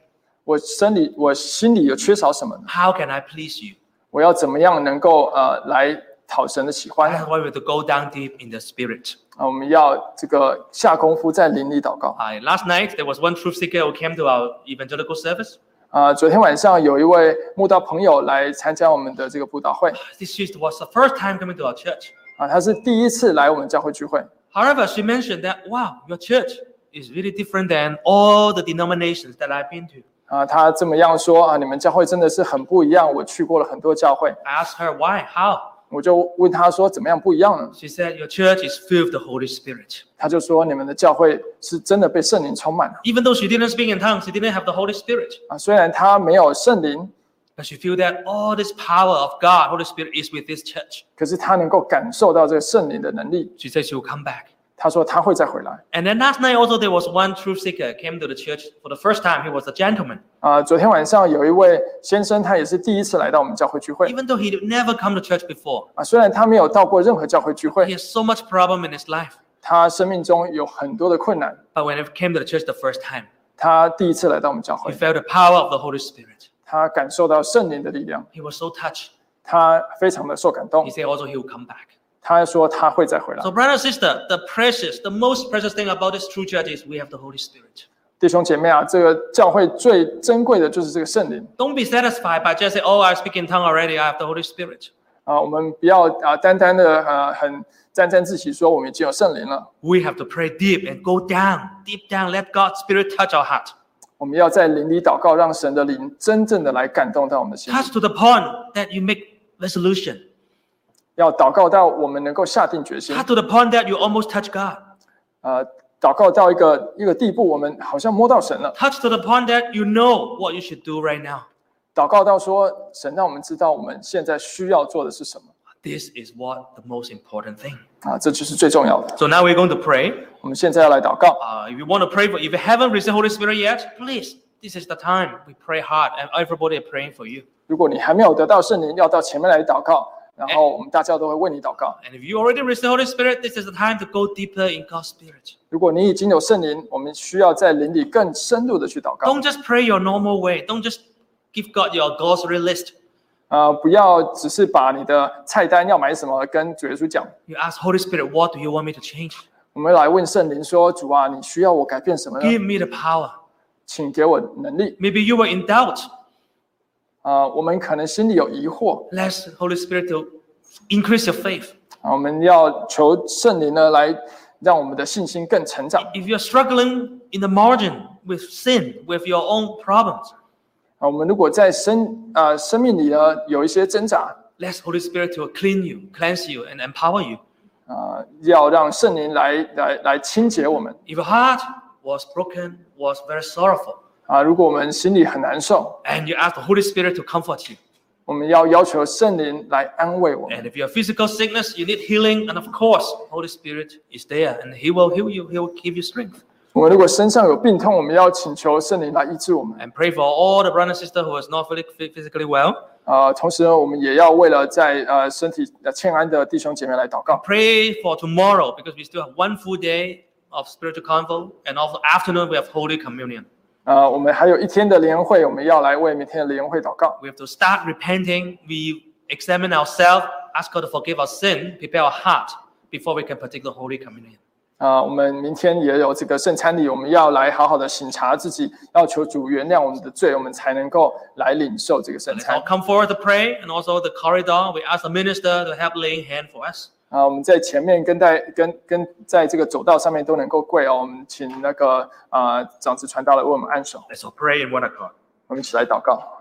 [SPEAKER 2] 我身里我心里有缺少什么呢？
[SPEAKER 3] How can I please you?
[SPEAKER 2] 我要怎么样能够呃来讨神的喜欢呢
[SPEAKER 3] That's？why we have to go down deep in the spirit.
[SPEAKER 2] 啊，我们要这个下功夫在灵里祷告
[SPEAKER 3] Uh, last night, there was one truth seeker who came to our evangelical service.
[SPEAKER 2] 啊、昨天晚上有一位慕道朋友来参加我们的这个布道会
[SPEAKER 3] This is- was the first time coming to our church.
[SPEAKER 2] 啊、他是第一次来我们教会聚会
[SPEAKER 3] However, she mentioned that, wow, your church is really different than all the denominations that I've been to.
[SPEAKER 2] 啊、他这么样说啊，你们教会真的是很不一样，我去过了很多教会，
[SPEAKER 3] I asked her, why? How?
[SPEAKER 2] 我就问他说怎么样不一样呢？
[SPEAKER 3] She said, your church is filled with the Holy Spirit.
[SPEAKER 2] 他就说你们的教会是真的被圣灵充满了
[SPEAKER 3] Even though she didn't speak in tongues, she didn't have the Holy Spirit.
[SPEAKER 2] 啊，虽然他没有圣灵，
[SPEAKER 3] But she feel that all this power of God, Holy Spirit is with this church.
[SPEAKER 2] 可是他能够感受到这个圣灵的能力。
[SPEAKER 3] She said she will come back.
[SPEAKER 2] 他说他会再回来
[SPEAKER 3] And then last night also there was one truth seeker came to the church for the first time. He was a gentleman.
[SPEAKER 2] 啊、昨天晚上有一位先生，他也是第一次来到我们教会聚会
[SPEAKER 3] Even though he never come to church before,
[SPEAKER 2] 啊，虽然他没有到过任何教会聚
[SPEAKER 3] he
[SPEAKER 2] 会，
[SPEAKER 3] has so much problem in his life.
[SPEAKER 2] 他生命中有很多的困难。
[SPEAKER 3] But when he came to the church the first time,
[SPEAKER 2] 他第一次来到我们教
[SPEAKER 3] he
[SPEAKER 2] 会，
[SPEAKER 3] felt the power of the Holy Spirit.
[SPEAKER 2] 他感受到圣灵的力量，
[SPEAKER 3] He was so touched.
[SPEAKER 2] 他非常的受感动
[SPEAKER 3] He。said also he will come back.
[SPEAKER 2] 他说他会再回来
[SPEAKER 3] So。brother and sister, the precious, the most precious thing about this true church is we have the Holy Spirit.
[SPEAKER 2] 弟兄姐妹啊，这个教会最珍贵的就是这个圣灵
[SPEAKER 3] Don't be satisfied by just say, oh, I speak in tongue already. I have the Holy Spirit.
[SPEAKER 2] 啊，我们不要啊单单的呃很沾沾自喜说我们已经有圣灵了。
[SPEAKER 3] we have to pray deep and go down, deep down. Let God's Spirit touch our heart,
[SPEAKER 2] 我们要在灵里祷告，让神的灵真正的来感动到我们的心，
[SPEAKER 3] touch to the point that you make resolution.
[SPEAKER 2] 要祷告到我们能够下定决心
[SPEAKER 3] Cut to the point that you almost touch God.
[SPEAKER 2] 啊、呃祷告到一个一个地步，我们好像摸到神了。
[SPEAKER 3] Touch to the point that you know what you should do right now.
[SPEAKER 2] 祷告到说，神让我们知道我们现在需要做的是什么
[SPEAKER 3] This is what the most important thing.
[SPEAKER 2] 啊，这就是最重要的。
[SPEAKER 3] So now we're going to pray.
[SPEAKER 2] 我们现在要来祷告。
[SPEAKER 3] Uh, if you want to pray, for, if you haven't received Holy Spirit yet, please, this is the time. We pray hard, and everybody are praying for you.
[SPEAKER 2] 如果你还没有得到圣灵，要到前面来祷告，然后我们大家都会为你祷告。
[SPEAKER 3] And if you already received Holy Spirit, this is the time to go deeper in God's Spirit.
[SPEAKER 2] 如果你已经有圣灵，我们需要在灵里更深入的去祷告
[SPEAKER 3] Don't just pray your normal way. Don't just give God your grocery list.
[SPEAKER 2] 啊、不要只是把你的菜单要买什么跟主耶稣讲。
[SPEAKER 3] You ask Holy Spirit, what do you want me to change?
[SPEAKER 2] 我们来问圣灵说：“主啊，你需要我改变什么呢？
[SPEAKER 3] Give me the power.
[SPEAKER 2] 请给我能力。
[SPEAKER 3] Maybe you were in doubt. ”
[SPEAKER 2] 啊，我们可能心里有疑惑，
[SPEAKER 3] Let's Holy Spirit to increase your faith.
[SPEAKER 2] 啊，我们要求圣灵呢来让我们的信心更成长。
[SPEAKER 3] If you're struggling in the margin with sin, with your own problems,
[SPEAKER 2] 啊，我们如果在生啊、生命里呢有一些挣扎，
[SPEAKER 3] let's Holy Spirit to clean you, cleanse you, and empower you.
[SPEAKER 2] 啊、要让圣灵来来来清洁我们。
[SPEAKER 3] If your heart was broken, was very sorrowful,
[SPEAKER 2] 啊，如果我们心里很难受，
[SPEAKER 3] and you ask the Holy Spirit to comfort you.
[SPEAKER 2] 我们要要求圣灵来安慰我们。
[SPEAKER 3] And if you have physical sickness, you need healing, and of course, Holy Spirit is there, and He will heal you. He will give you strength.
[SPEAKER 2] 我们如果身上有病痛，我们要请求圣灵来医治我们。
[SPEAKER 3] And pray for all the brother and sister who is not physically physically well.
[SPEAKER 2] 啊，同时呢，我们也要为了在呃身体呃欠安的弟兄姐妹来祷告。
[SPEAKER 3] Pray for tomorrow because we still have one full day of spiritual convo, and also afternoon we have Holy Communion.
[SPEAKER 2] 呃，我们还有一天的联会，我们要来为明天的联会祷告。
[SPEAKER 3] We have to start repenting. We examine ourselves, ask God to forgive our sin, prepare our heart before we can partake the Holy Communion.
[SPEAKER 2] 啊、我们明天也有这个圣餐礼，我们要来好好的省察自己，要求主原谅我们的罪，我们才能够来领受这个圣
[SPEAKER 3] Let's
[SPEAKER 2] 餐
[SPEAKER 3] all。come forward to pray, and also the corridor. We ask the minister to help laying hand for us.
[SPEAKER 2] 啊、我们在前面跟在跟跟在这个走道上面都能够跪哦。我们请那个啊、长子传道来为我们按手，
[SPEAKER 3] Let's all pray in one accord.
[SPEAKER 2] 我们一起来祷告。